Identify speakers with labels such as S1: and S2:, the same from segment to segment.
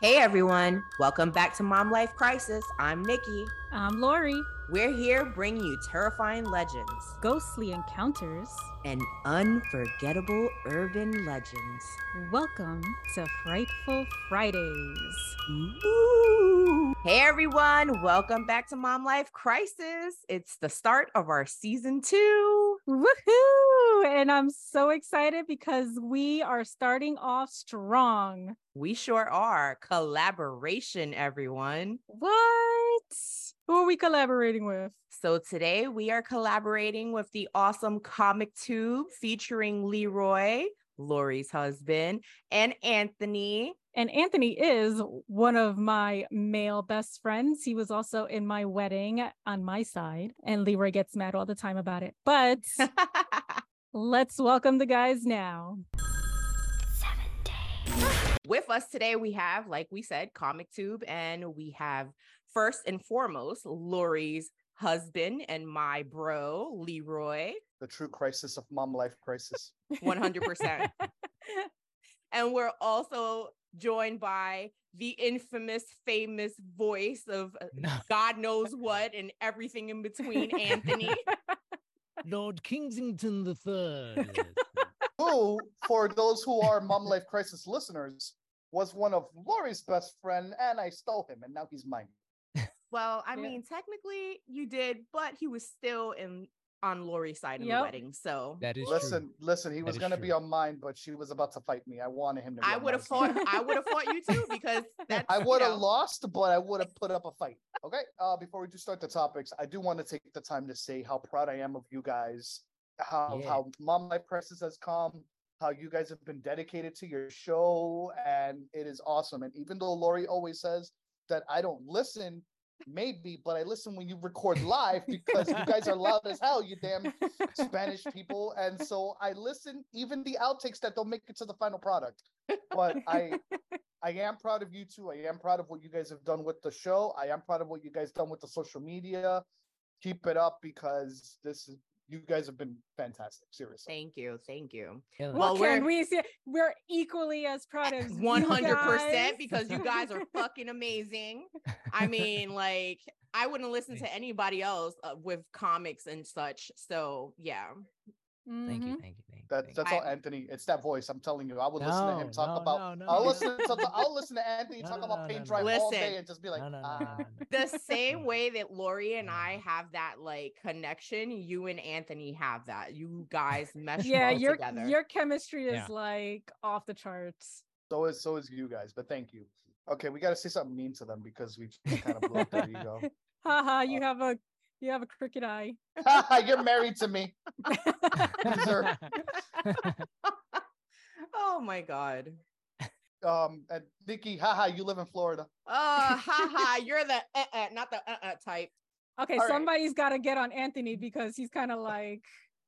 S1: Hey everyone, welcome back to Mom Life Crisis. I'm Nikki.
S2: I'm Lori.
S1: We're here bringing you terrifying legends
S2: Ghostly Encounters.
S1: and unforgettable urban legends.
S2: Welcome to Frightful Fridays.
S1: Hey everyone, welcome back to Mom Life Crisis. It's the start of our season two.
S2: Woohoo! And I'm so excited because we are starting off strong.
S1: We sure are. Collaboration, everyone.
S2: What? Who are we collaborating with?
S1: So today we are collaborating with the awesome Comic Tube featuring Leroy, Lori's husband, and Anthony.
S2: And Anthony is one of my male best friends. He was also in my wedding on my side, and Leroy gets mad all the time about it. But let's welcome the guys now.
S1: With us today, we have, like we said, Comic Tube, and we have first and foremost Lori's husband and my bro, Leroy,
S3: the true crisis of mom life crisis.
S1: 100%. and we're also joined by the infamous, famous voice of uh, God knows what and everything in between, Anthony.
S4: Lord Kensington the Third.
S3: Who, for those who are mom life crisis listeners, was one of Lori's best friend, and I stole him, and now he's mine.
S1: Well, I
S2: Yeah.
S1: mean, technically you did, but he was still in on Lori's side of
S2: Yep.
S1: the wedding. So
S4: That is
S3: Listen, listen, he
S4: That
S3: was
S4: is
S3: gonna be
S4: true.
S3: on mine, but she was about to fight me. I wanted him to. Be
S1: I
S3: on
S1: would have
S3: mine.
S1: fought I would have fought you too because that's
S3: I
S1: you
S3: would have
S1: know.
S3: lost, but I would have put up a fight. Okay. Uh, before we do start the topics, I do want to take the time to say how proud I am of you guys, how
S4: Yeah.
S3: how mom life crisis has come, how you guys have been dedicated to your show, and it is awesome. And even though Lori always says that I don't listen, maybe, but I listen when you record live because you guys are loud as hell, you damn Spanish people, and so I listen even the outtakes that don't make it to the final product. But I, I am proud of you two. I am proud of what you guys have done with the show. I am proud of what you guys done with the social media. Keep it up because this is you guys have been fantastic. Seriously,
S1: Thank you. Thank you.
S4: true.
S1: Well,
S2: Well, can
S1: we're-
S2: we see we're equally as proud as you
S1: 100%
S2: guys.
S1: because you guys are fucking amazing. I mean, like I wouldn't listen to
S4: Thanks.
S1: anybody else uh, with comics and such. So, yeah.
S4: thank you,
S2: Mhm.
S4: thank you, thank you.
S3: that's
S4: thank you.
S3: that's all,
S1: I-
S3: Anthony. It's that voice. I'm telling you, I would listen to him
S4: No,
S3: talk
S4: no,
S3: about.
S4: no,
S3: I'll
S4: no,
S3: listen to
S4: no,
S3: the,
S4: no,
S3: I'll listen to Anthony
S4: No,
S3: talk
S4: no,
S3: about
S4: no,
S3: paint
S4: no,
S3: dry
S1: no.
S3: all
S1: Listen.
S3: day and just be like,
S4: no, no, no,
S3: ah.
S4: no, no.
S1: The same way that Lori and
S4: Yeah.
S1: I have that like connection, you and Anthony have that. You guys mesh
S2: Yeah,
S1: well
S2: your
S1: together.
S2: your chemistry is
S4: Yeah.
S2: like off the charts.
S3: So is so is you guys, but thank you. Okay, we got to say something mean to them because we just kind of blew up their ego.
S2: Haha, you have a you have a crooked eye.
S3: You're married to me. Dessert.
S1: oh my god.
S3: Um, and Nikki, haha, you live in Florida.
S1: Oh, ha ha! You're the uh, uh, not the uh, uh type.
S2: Okay,
S3: All right.
S2: somebody's got to get on Anthony because he's kind of like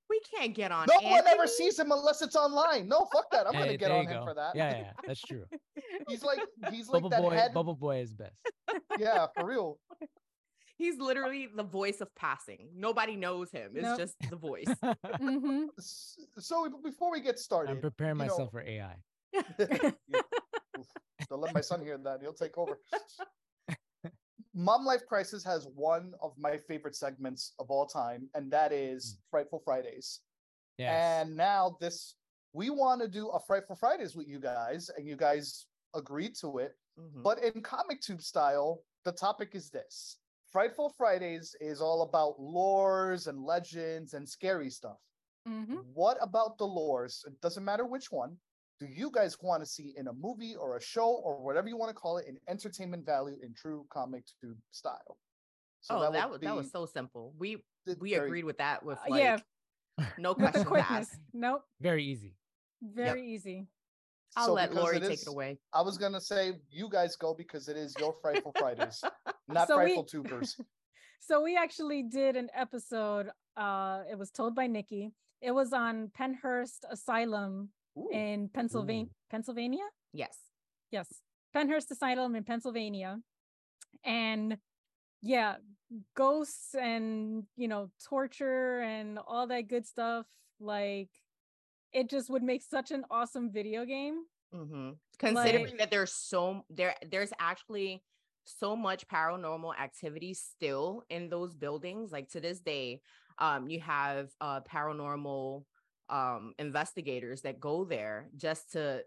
S1: We can't get on.
S3: No one ever
S1: Anthony.
S3: sees him unless it's online. No, fuck that. I'm gonna
S4: Hey,
S3: get
S4: there
S3: on
S4: you
S3: him
S4: go.
S3: for that.
S4: Yeah, yeah, yeah, that's true.
S3: He's like he's like
S4: Bubble
S3: that
S4: boy,
S3: head.
S4: Bubble boy is best.
S3: Yeah, for real.
S1: He's literally the voice of passing. Nobody knows him. It's
S2: Nope.
S1: just the voice.
S2: mhm.
S3: S- So b- before we get started,
S4: I'm preparing
S3: you know-
S4: myself for AI.
S3: Don't let my son hear that. He'll take over. Mom Life Crisis has one of my favorite segments of all time, and that is
S4: Hmm.
S3: Frightful Fridays.
S4: Yes.
S3: And now this, we want to do a Frightful Fridays with you guys, and you guys agreed to it.
S1: Mhm.
S3: But in comic tube style, the topic is this Frightful Fridays is all about lores and legends and scary stuff.
S1: Mm-hmm.
S2: Mhm.
S3: What about the lores? It doesn't matter which one. Do you guys want to see in a movie or a show or whatever you want to call it in entertainment value in true comic tube style?
S1: oh, that, was that was so simple. We
S3: th-
S1: we
S3: very-
S1: agreed with that. With
S2: Uh,
S1: like,
S2: yeah.
S1: no
S2: with the
S1: questions
S2: quickness.
S1: asked.
S2: Nope,
S4: Very easy.
S2: very easy.
S1: I'll
S3: so
S1: let
S3: because
S1: Lori
S3: it
S1: take
S3: is-
S1: it away.
S3: I was gonna say you guys go because it is your Frightful Fridays, not
S2: So we-
S3: Frightful Tubers.
S2: So we actually did an episode. Uh, it was told by Nikki. It was on Penhurst Asylum
S3: Ooh.
S2: in Pennsylvania. Pennsylvania.
S1: Yes.
S2: yes penhurst asylum in pennsylvania and yeah ghosts and you know torture and all that good stuff like it just would make such an awesome video game
S1: Mhm. considering
S2: Like-
S1: that there's so there there's actually so much paranormal activity still in those buildings like to this day um you have uh paranormal um investigators that go there just to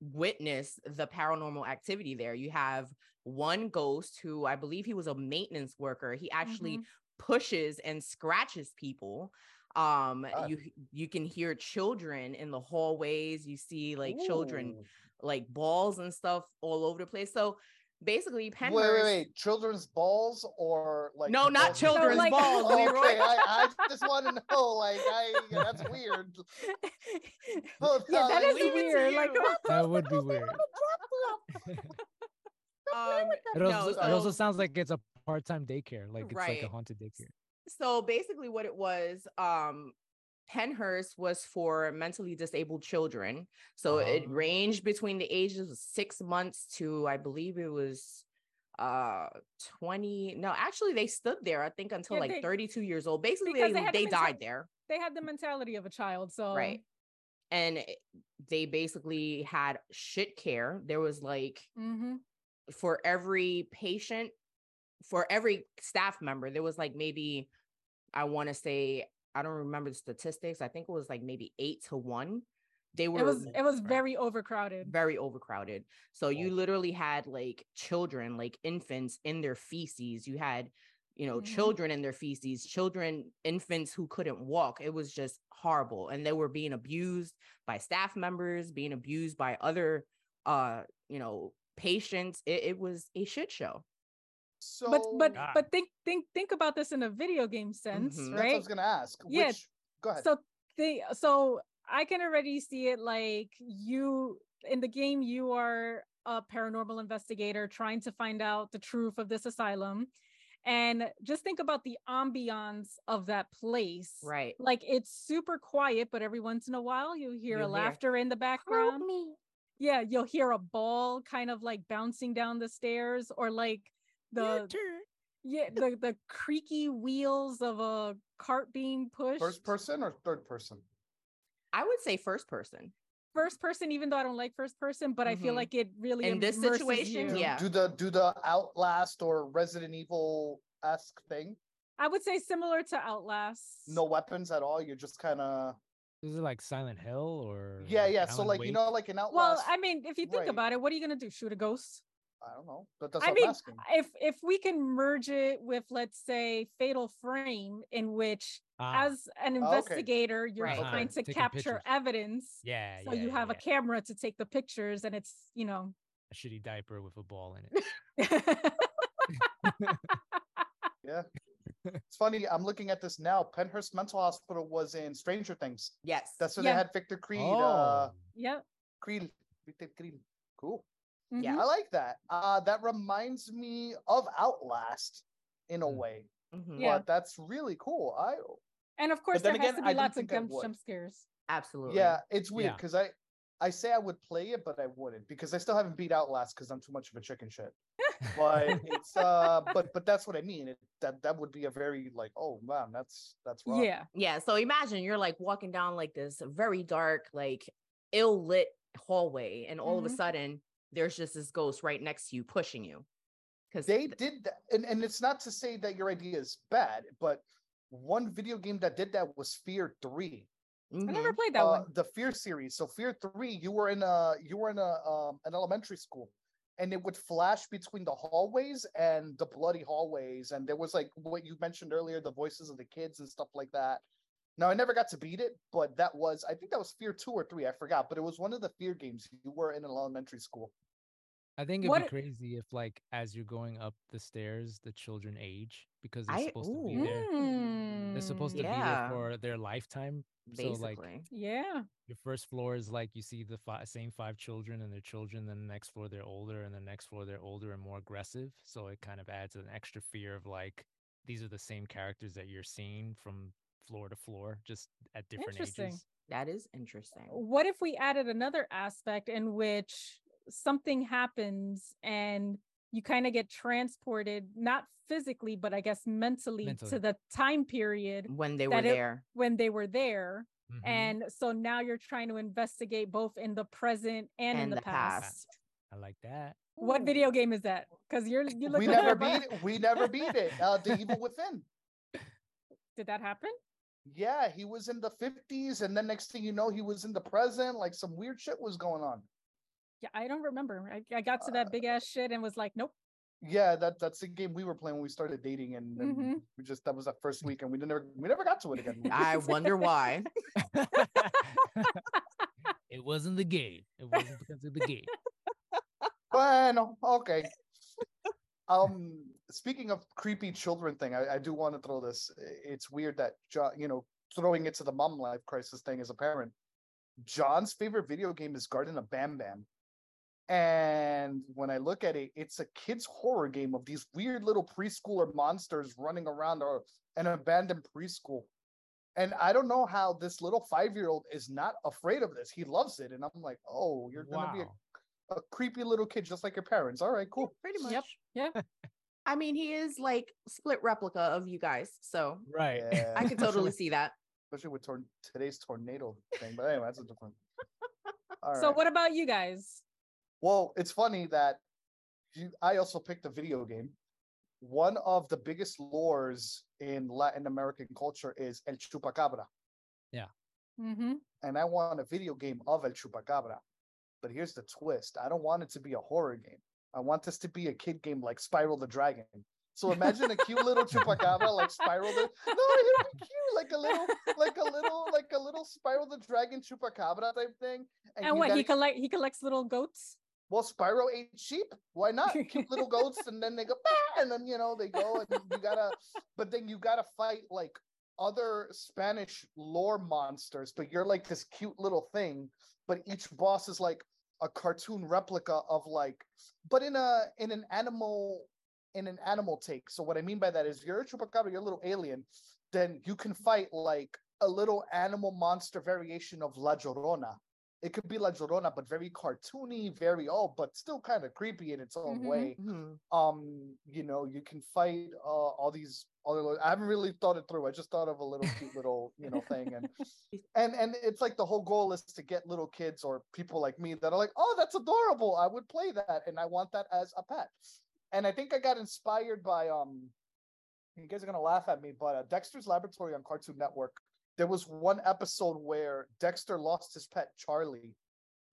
S1: witness the paranormal activity there you have one ghost who i believe he was a maintenance worker he actually
S2: Mm-hmm.
S1: pushes and scratches people um
S3: God.
S1: you you can hear children in the hallways you see like children
S3: Ooh.
S1: like balls and stuff all over the place. So basically,
S3: Wait,
S1: Penhurst.
S3: wait, wait. Children's balls or like
S1: No,
S3: the
S1: not
S3: balls you-
S1: children's
S2: like-
S1: balls,
S3: Okay,
S1: Leroy.
S3: I, I just want to know. Like, I yeah, that's weird. Oh,
S2: Mm-hmm. Yeah, that
S3: no,
S2: is
S1: leave it to
S2: weird. Like,
S1: you.
S4: That would be weird.
S1: Um,
S4: It also,
S1: No,
S4: it also
S1: so-
S4: sounds like it's a part-time daycare. Like it's like a
S1: Right.
S4: haunted daycare.
S1: so basically, what it was, um, Penhurst was for mentally disabled children. So it
S4: Oh.
S1: ranged between the ages of six months to, I believe it was uh 20 no actually they stood there i think until
S2: Yeah,
S1: like
S2: they-
S1: 32 years old basically
S2: Because
S1: they,
S2: they had Oh.
S1: they
S2: them in Thai-
S1: died there
S2: they had the mentality of a child. So
S1: Right. and it- they basically had shit care there was like
S2: hmm
S1: for every patient, for every staff member, there was like maybe, I want to say, I don't remember the statistics. I think it was like maybe eight to one. They were
S2: it was it was
S1: right,
S2: very overcrowded.
S1: very overcrowded. So you literally had like children, like infants in their feces. You had, you know,
S2: Mhm.
S1: children in their feces, children, infants who couldn't walk. It was just horrible. And they were being abused by staff members, being abused by other uh, you know, patients. It, it was a shit show.
S3: So,
S2: but but
S4: God.
S2: but think think think about this in a video game sense,
S1: Mhm.
S3: that's what I
S2: right?
S3: was gonna ask.
S2: Yeah.
S3: Which, go ahead.
S2: So they so I can already see it like you in the game you are a paranormal investigator trying to find out the truth of this asylum. And just think about the ambiance of that place.
S1: Right.
S2: Like it's super quiet, but every once in a while you hear
S1: You'll hear,
S2: a laughter in the background. Yeah, you'll hear a ball kind of like bouncing down the stairs or like the yeah, the the creaky wheels of a cart being pushed.
S3: First person or third person?
S1: I would say first person.
S2: First person, even though I don't like first person, but I feel
S4: Mm-hmm.
S1: Mhm.
S2: like it really
S1: In this
S2: immerses
S1: situation,
S2: you.
S1: yeah.
S3: Do the do the Outlast or Resident Evil esque thing?
S2: I would say similar to Outlast.
S3: No weapons at all. You're just kind of
S4: This is like Silent Hill or
S3: yeah, yeah. So
S4: Alan
S3: like
S4: Wake?
S3: you know, like an
S2: Well,
S3: Outlast.
S2: I mean, if you think
S3: right.
S2: about it, what are you gonna do? Shoot a ghost?
S3: I don't know, but that's
S2: I
S3: what
S2: mean,
S3: I'm asking.
S2: If if we can merge it with, let's say, Fatal Frame, in which
S4: Ah,
S2: as an
S3: Oh, okay.
S2: investigator, you're
S1: Right.
S2: trying
S4: Uh-huh.
S2: to
S4: Taking
S2: capture
S4: pictures.
S2: evidence.
S4: yeah,
S2: So
S4: yeah,
S2: you
S4: yeah,
S2: have
S4: yeah.
S2: a camera to take the pictures, and it's you know.
S4: a shitty diaper with a ball in it.
S3: It's funny. I'm looking at this now. Penhurst Mental Hospital was in Stranger Things.
S1: Yes.
S3: That's where
S2: Yeah.
S3: they had Victor Creed. Uh,
S4: oh,
S2: yep.
S3: Creel. Victor Creel. Cool.
S1: Yeah.
S2: mhm.
S3: I like that. Uh, that reminds me of Outlast in a
S4: Mm.
S3: way.
S1: Mhm.
S2: Yeah.
S3: But that's really cool. I
S2: And of course,
S3: then
S2: there has
S3: again,
S2: to
S3: I
S2: be
S3: didn't
S2: lots of
S3: think I
S2: jump,
S3: would.
S2: jump scares.
S1: Absolutely.
S3: yeah, it's weird
S4: Yeah.
S3: because I I say I would play it, but I wouldn't because I still haven't beat Outlast because I'm too much of a chicken shit. But it's uh, but but that's what I mean. It, that that would be a very like oh wow that's that's rough.
S2: Yeah.
S1: Yeah. So imagine you're like walking down like this very dark, like ill lit hallway, and all of
S2: Mhm.
S1: a sudden there's just this ghost right next to you pushing you. Because
S3: they did that and, and it's not to say that your idea is bad but one video game that did that was fear 3
S1: mm-hmm.
S2: I never played that
S3: uh,
S2: one.
S3: the fear series so fear 3 you were in a you were in a um, an elementary school and it would flash between the hallways and the bloody hallways and there was like what you mentioned earlier the voices of the kids and stuff like that now i never got to beat it but that was i think that was fear 2 or 3 i forgot but it was one of the fear games you were in an elementary school
S4: I think it'd
S2: What
S4: be
S2: it-
S4: crazy if, like, as you're going up the stairs, the children age because they're
S1: I-
S4: supposed to
S1: ooh.
S4: be there.
S1: Mm,
S4: They're supposed to
S1: Yeah.
S4: be there for their lifetime.
S1: basically.
S4: So, like,
S2: Yeah.
S4: your first floor is like you see the fi- same five children and their children. Then the next floor they're older, and the next floor they're older and more aggressive. So it kind of adds an extra fear of like these are the same characters that you're seeing from floor to floor, just at different
S2: Interesting.
S4: ages.
S1: that is interesting.
S2: What if we added another aspect in which something happens and you kind of get transported, not physically, but I guess mentally,
S4: Mentally.
S2: to the time period
S1: When they
S2: That
S1: were
S2: it-
S3: Mm-hmm.
S1: there.
S2: when they were there?
S4: Mhm.
S2: And so now you're trying to investigate both in the present and, in
S1: And
S2: the,
S1: the
S2: past.
S1: past.
S4: I like that.
S2: What video game is that? Because you're you look
S3: we
S2: like
S3: never
S2: a bu-
S3: beat it. We never beat it. Uh, the Evil Within.
S2: Did that happen?
S3: Yeah, he was in the 50s, and then next thing you know, he was in the present. Like some weird shit was going on.
S2: Yeah, I don't remember. I, I got to that big ass shit and was like, nope.
S3: Yeah, that that's the game we were playing when we started dating, and, and
S2: Mhm.
S3: we just that was that first week, and we never we never got to it again. We
S1: I
S3: just-
S1: wonder why.
S4: it wasn't the game. It wasn't because of the game.
S3: bueno, okay. Um, speaking of creepy children thing, I, I do want to throw this. i- It's weird that John, you know, throwing it to the mom life crisis thing as a parent. John's favorite video game is Garden of Bam Bam, and when I look at it, it's a kids' horror game of these weird little preschooler monsters running around or an abandoned preschool. And I don't know how this little five-year-old is not afraid of this. He loves it, and I'm like, oh, you're gonna be a
S4: Wow.
S3: a creepy little kid just like your parents. All right, cool.
S1: Pretty much.
S2: Yep. Yeah.
S1: I mean, he is like split replica of you guys. So
S4: right.
S3: Yeah,
S1: I could
S3: especially
S1: totally
S3: with-
S1: see that.
S3: especially with tor- today's tornado thing. But anyway, that's a different. All right.
S2: So what about you guys?
S3: Well, it's funny that you, I also picked a video game. One of the biggest lores in Latin American culture is El Chupacabra,
S2: Mm-hmm.
S3: and I want a video game of El Chupacabra. But here's the twist: I don't want it to be a horror game. I want this to be a kid game like Spiral the Dragon. So imagine a cute little chupacabra like Spiral the no, it'll be cute, like a little, like a little, like a little Spiral the Dragon chupacabra type thing.
S2: And,
S3: you
S2: what
S3: gotta-
S2: he collect he collects little goats.
S3: well, Spyro ate sheep. Why not? Cute little goats, and then they go, bah! and then you know they go, and you gotta, but then you gotta fight like other Spanish lore monsters. But you're like this cute little thing, but each boss is like a cartoon replica of like, but in a in an animal in an animal take. So what I mean by that is, you're a chupacabra, you're a little alien, then you can fight like a little animal monster variation of La Llorona it could be La Llorona, but very cartoony, very oh, but still kind of creepy in its own
S2: Mhm.
S3: way.
S1: Mhm.
S3: Um, you know, you can fight uh, all these other. lo- I haven't really thought it through. I just thought of a little cute little you know thing, and and and it's like the whole goal is to get little kids or people like me that are like, oh, that's adorable. I would play that, and I want that as a pet. And I think I got inspired by um, you guys are gonna laugh at me, but uh, Dexter's Laboratory on Cartoon Network there was one episode where Dexter lost his pet Charlie,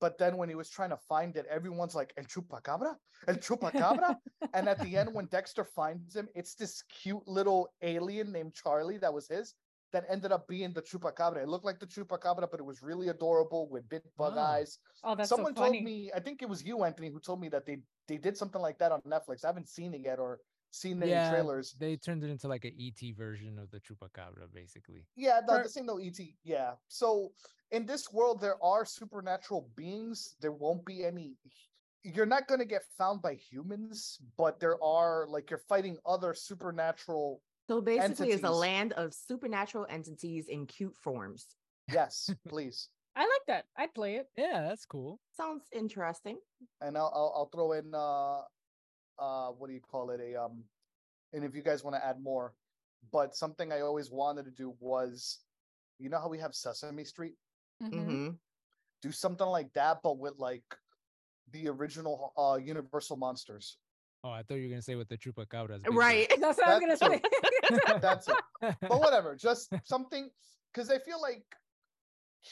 S3: but then when he was trying to find it, everyone's like El Chupacabra, El Chupacabra, and at the end when Dexter finds him, it's this cute little alien named Charlie that was his that ended up being the Chupacabra. It looked like the Chupacabra, but it was really adorable with big bug
S4: Oh.
S3: eyes.
S2: Oh, that's
S3: Someone
S2: so funny.
S3: told me, I think it was you, Anthony, who told me that they they did something like that on Netflix. I haven't seen it yet or seen any
S4: Yeah,
S3: trailers.
S4: They turned it into like an ET version of the Chupacabra, basically.
S3: Yeah, no,
S2: Right.
S3: this ain't no ET. Yeah. So in this world, there are supernatural beings. There won't be any. You're not going to get found by humans, but there are like you're fighting other supernatural.
S1: So basically, it's a
S3: Entities.
S1: land of supernatural entities in cute forms.
S3: Yes, please.
S2: I like that. I'd play it.
S4: Yeah, that's cool.
S1: Sounds interesting.
S3: And I'll, I'll I'll throw in uh uh what do you call it a um and if you guys want to add more, but something I always wanted to do was you know how we have Sesame Street.
S2: Mhm.
S1: hmm
S3: do something like that, but with like the original uh Universal monsters.
S4: Oh, I thought you were gonna say with the Chupacabras.
S1: Right.
S2: That's what I was gonna
S3: That's
S2: say.
S3: That's it. But whatever, just something because I feel like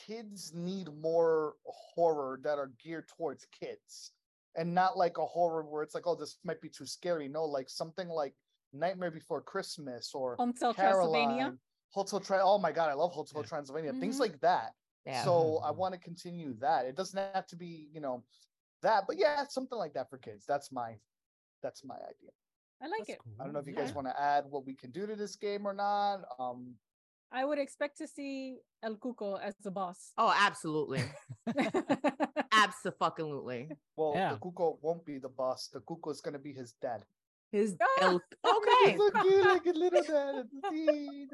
S3: kids need more horror that are geared towards kids and not like a horror where it's like, oh, this might be too scary. No, like something like Nightmare Before Christmas or
S2: Until Transylvania.
S3: Caroline. Hotel Tra- oh my god, I love Hotel
S4: Yeah.
S3: Transylvania. Things
S2: Mhm.
S3: like that.
S1: Yeah.
S3: So I
S4: Mhm.
S3: want to continue that. It doesn't have to be, you know, that, but yeah, something like that for kids. That's my that's my idea.
S2: I like it.
S3: I don't know if you guys want to add what we can do to this game or not. Um
S2: I would expect to see El Cuco as the boss.
S1: Oh, absolutely. Absolutely.
S3: well
S4: Yeah.
S3: the Kuko won't be the boss. The Kuko is gonna be his dad.
S1: His
S2: Ah,
S1: el- okay.
S3: He's so cute, like a little dad. See,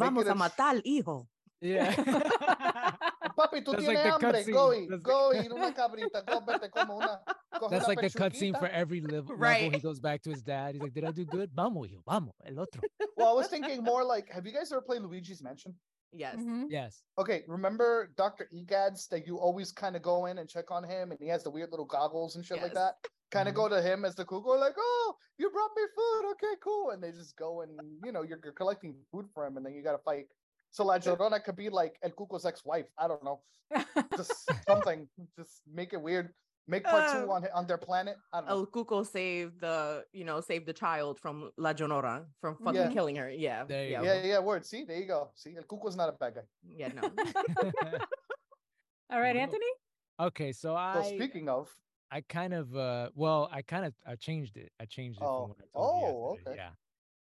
S1: Vamos
S3: it
S1: a
S3: a-
S1: matar hijo.
S4: Yeah.
S3: Papi, tú tienes
S4: That's like the
S3: hambre.
S4: cutscene.
S3: Go eat,
S4: That's the-
S3: go eat una cabrita. Cómete como una. coge
S4: That's
S3: una
S4: like the cutscene
S3: pechuguita."
S4: for every level. level. He
S1: Right.
S4: goes back to his dad. He's like, "Did I do good? Vamos, hijo, vamos, el otro."
S3: Well, I was thinking more like, have you guys ever played Luigi's Mansion?
S1: Yes.
S2: Mhm.
S4: Yes.
S3: Okay, remember Dr. Egads that you always kind of go in and check on him and he has the weird little goggles and shit like
S1: Yes. Mm-hmm.
S3: that? Kind of
S4: Mhm.
S3: go to him as the cougar, like, oh, you brought me food. Okay, cool. And they just go and, you know, you're, you're collecting food for him and then you got to fight. So La Llorona could be like El Cuco's ex wife. I don't know. Just something. Just make it weird. Make part two
S1: Oh.
S3: on, on their planet. I don't know.
S1: El Cuco saved the, you know, saved the child from La Jonora from fucking
S3: Yeah.
S1: killing her. Yeah.
S4: There you
S1: yeah.
S4: go.
S1: Yeah.
S3: Yeah, yeah, word. See, there you go. See, El Cuco's not a bad guy.
S1: no.
S2: All right,
S4: Whoa.
S2: Anthony.
S4: okay, so
S3: So
S4: I
S3: speaking of,
S4: I kind of uh well, I kind of I changed it. I changed it
S3: Oh,
S4: from what I told you
S3: oh,
S4: yesterday,
S3: okay.
S4: Yeah.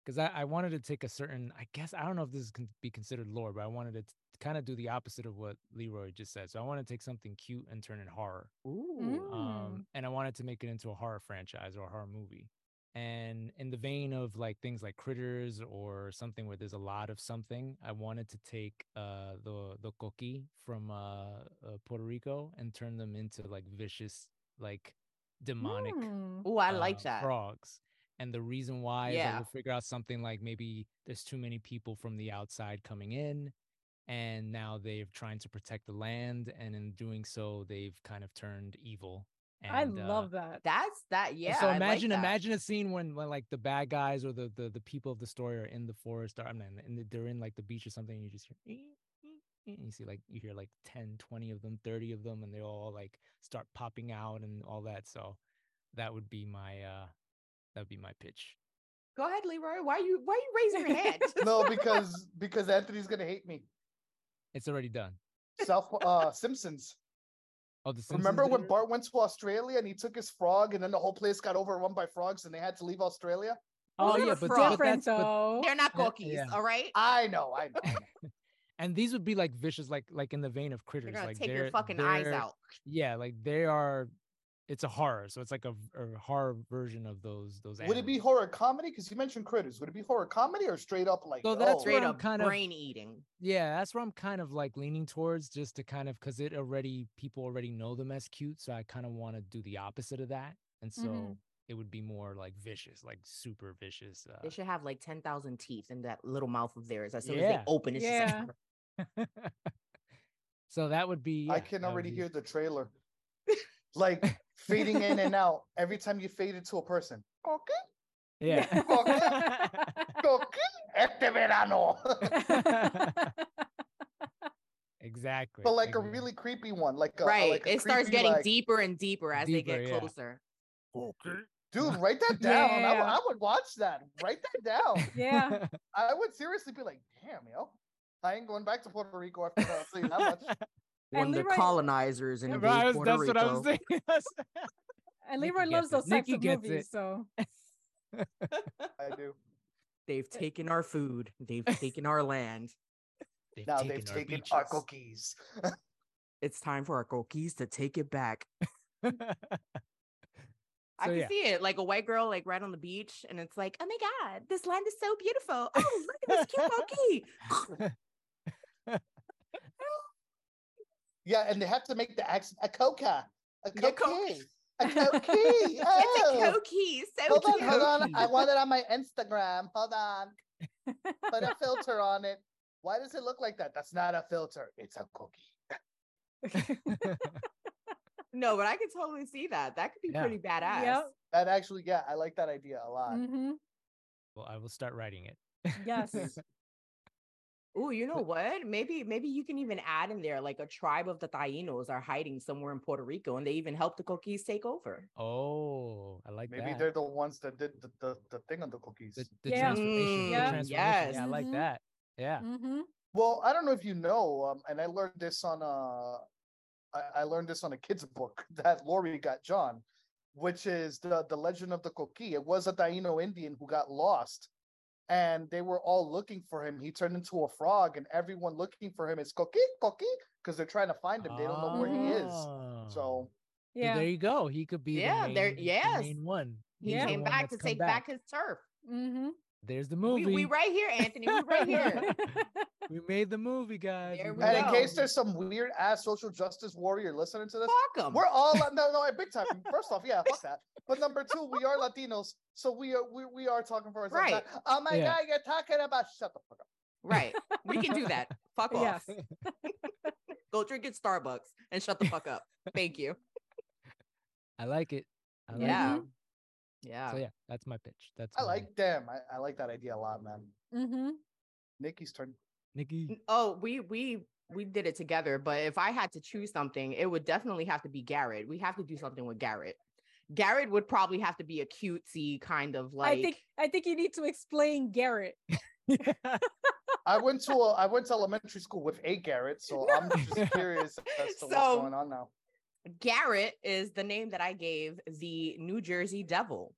S4: Cuz I I wanted to take a certain I guess I don't know if this can be considered lore, but I wanted to kind of do the opposite of what Leroy just said. So I want to take something cute and turn it horror.
S1: Mm-hmm.
S2: Mm.
S4: Um and I wanted to make it into a horror franchise or a horror movie. And in the vein of like things like critters or something where there's a lot of something, I wanted to take uh, the the coqui from uh, uh, Puerto Rico and turn them into like vicious, like demonic
S2: Mm.
S1: Oh, I
S4: uh,
S1: like that.
S4: frogs. And the reason why is that
S1: Yeah.
S4: we'll figure out something like maybe there's too many people from the outside coming in, and now they're trying to protect the land, and in doing so, they've kind of turned evil. And,
S2: I
S4: uh,
S2: love that.
S1: That's that.
S4: and
S1: Yeah.
S4: So
S1: I like
S4: imagine,
S1: that.
S4: imagine a scene when, when like the bad guys or the, the the people of the story are in the forest, or I'm mean, and they're in like the beach or something, and you just hear, "Ee, ee, ee," and you see like you hear like 10, 20 of them, 30 of them, and they all like start popping out and all that. So that would be my uh that would be my pitch.
S1: Go ahead, Leroy. Why you why you raising your hand?
S3: no, because because Anthony's gonna hate me.
S4: It's already done.
S3: South uh Simpsons.
S4: Oh, the Simpsons
S3: Remember
S4: did
S3: when
S4: it?
S3: Bart went to Australia and he took his frog and then the whole place got overrun by frogs and they had to leave Australia?
S4: Oh
S1: Those
S4: yeah,
S1: are
S4: but, but
S2: Different
S4: that's but,
S2: though.
S1: They're not
S4: Yeah,
S1: corkies,
S4: yeah.
S1: all right?
S3: I know, I know. I know.
S4: and these would be like vicious, like like in the vein of critters.
S1: They're gonna
S4: like
S1: take your
S4: they're-
S1: fucking eyes
S4: they're-
S1: out.
S4: Yeah, like they are. It's a horror, so it's like a, v- a horror version of those those.
S3: Would it be
S4: animals.
S3: horror comedy? Because you mentioned critters. Would it be horror comedy or straight up like
S4: So that's
S3: oh,
S4: where
S1: Straight
S4: I'm
S1: up
S4: kind of-
S1: brain eating.
S4: Yeah, that's where I'm kind of like leaning towards, just to kind of because it already people already know them as cute, so I kind of want to do the opposite of that, and so it would be more like vicious, like super vicious. Uh,
S1: They should have like ten thousand teeth in that little mouth of theirs. As soon as
S4: Yeah.
S1: they open, it's
S2: Yeah.
S1: just like,
S4: so that would be.
S3: I
S4: yeah,
S3: can
S4: that would
S3: already
S4: be-
S3: hear the trailer. Like fading in and out every time you fade into a person. Okay,
S4: Yeah.
S3: okay. Este verano.
S4: exactly.
S3: but like a
S4: exactly.
S3: really creepy one. Like a,
S1: right.
S3: like a
S1: it starts
S3: creepy,
S1: getting
S3: like,
S1: deeper and deeper as
S4: Deeper,
S1: they
S4: yeah.
S1: get closer.
S3: Dude, write that down. I would-
S2: Yeah.
S3: I would watch that. Write that down.
S2: yeah.
S3: I would seriously be like, damn, yo, I ain't going back to Puerto Rico after that. I'll tell you that much.
S2: And
S1: When the
S2: Leroy-
S1: colonizers
S4: Yeah,
S1: invade
S4: right, I was-
S1: Puerto
S4: that's
S1: Rico.
S4: what I was thinking. That's-
S2: And
S4: Nikki
S2: Leroy
S4: gets
S2: loves
S4: it.
S2: those types
S4: Nikki
S2: of
S4: gets
S2: movies.
S4: it.
S2: So
S3: I do.
S1: They've taken our food. They've taken our land.
S3: now they've taken our,
S4: beaches.
S3: cookies.
S1: It's time for our Kokis to take it back. I
S4: So,
S1: can
S4: yeah.
S1: see it, like a white girl, like right on the beach, and it's like, oh my god, this land is so beautiful. Oh, look at this cute Koki.
S3: Yeah, and they have to make the accent a coca. A
S1: Yeah, coke.
S3: cocaine. A cocaine.
S1: It's a
S3: Oh.
S1: Koki. So
S3: Hold on,
S1: cute.
S3: hold on. I
S4: Cocaine.
S3: want it on my Instagram. Hold on. Put a filter on it. Why does it look like that? That's not a filter. It's a cookie.
S1: No, but I could totally see that. That could be
S4: Yeah.
S1: pretty badass.
S2: Yep.
S3: That actually, yeah, I like that idea a lot.
S2: Mhm.
S4: well, I will start writing it.
S2: yes.
S1: Oh, you know what? Maybe maybe you can even add in there like a tribe of the Tainos are hiding somewhere in Puerto Rico, and they even help the Kokis take over.
S4: Oh, I like
S3: Maybe
S4: that.
S3: they're the ones that did the, the, the thing on the cookies.
S4: the, the
S2: Yeah.
S4: transformation. the
S1: Mm,
S2: Yeah.
S4: transformation. Yeah, I like
S3: Mm-hmm.
S2: yes.
S4: that. Yeah.
S2: Mhm.
S3: Well, I don't know if you know, um, and I learned this on a, I, I learned this on a kid's book that Lori got John, which is the the legend of the Coqui. It was a Taino Indian who got lost, and they were all looking for him. He turned into a frog, and everyone looking for him is Coqui, Coqui, because they're trying to find
S1: Mm-hmm.
S3: him. They don't know where he is. So
S4: Oh. So
S2: Yeah.
S4: there you go. He could be
S1: Yeah,
S4: the main,
S1: there-
S4: the
S1: yes.
S4: main one.
S1: He
S2: Yeah.
S4: the
S1: came
S4: one
S1: back
S4: that's
S1: to
S4: come
S1: take back. his turf.
S2: Mhm.
S4: There's the
S1: We,
S4: movie.
S1: we right here, Anthony. We right here.
S4: We made the movie, guys.
S1: There
S4: we
S1: we
S4: made
S3: and
S4: the
S3: in
S1: go.
S3: case
S4: movie.
S3: there's some weird ass social justice warrior listening to this,
S1: Fuck 'em.
S3: We're all La- no, no, big time. First off, yeah, fuck that. But number two, we are Latinos, so we are we, we are talking for ourselves.
S1: Right.
S3: Not, oh my
S4: Yeah.
S3: god, you're talking about shut the fuck up.
S1: Right. We can do that. Fuck off.
S2: Yes.
S1: Go drink at Starbucks and shut the fuck up. Thank you.
S4: I like it. I like
S1: Yeah.
S4: it.
S1: Yeah.
S4: So yeah, that's my pitch. That's
S3: I
S4: my-
S3: like them. I, I like that idea a lot, man.
S2: Mm-hmm.
S3: Nikki's turn.
S4: Nikki.
S1: Oh, we we we did it together, but if I had to choose something, it would definitely have to be Garrett. We have to do something with Garrett. Garrett would probably have to be a cutesy kind of like
S2: I think I think you need to explain Garrett.
S3: I went to a, I went to elementary school with a Garrett, so I'm just curious as to what's
S1: So-
S3: going on now.
S1: Garrett is the name that I gave the New Jersey Devil.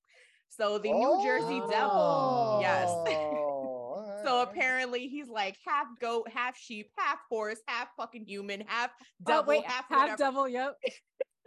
S1: So the New Jersey Devil. Yes.
S3: Oh,
S1: So
S3: alright.
S1: apparently he's like half goat, half sheep, half horse, half fucking human, half
S2: Oh,
S1: devil,
S2: wait,
S1: half,
S2: half
S1: whatever.
S2: devil. Yep.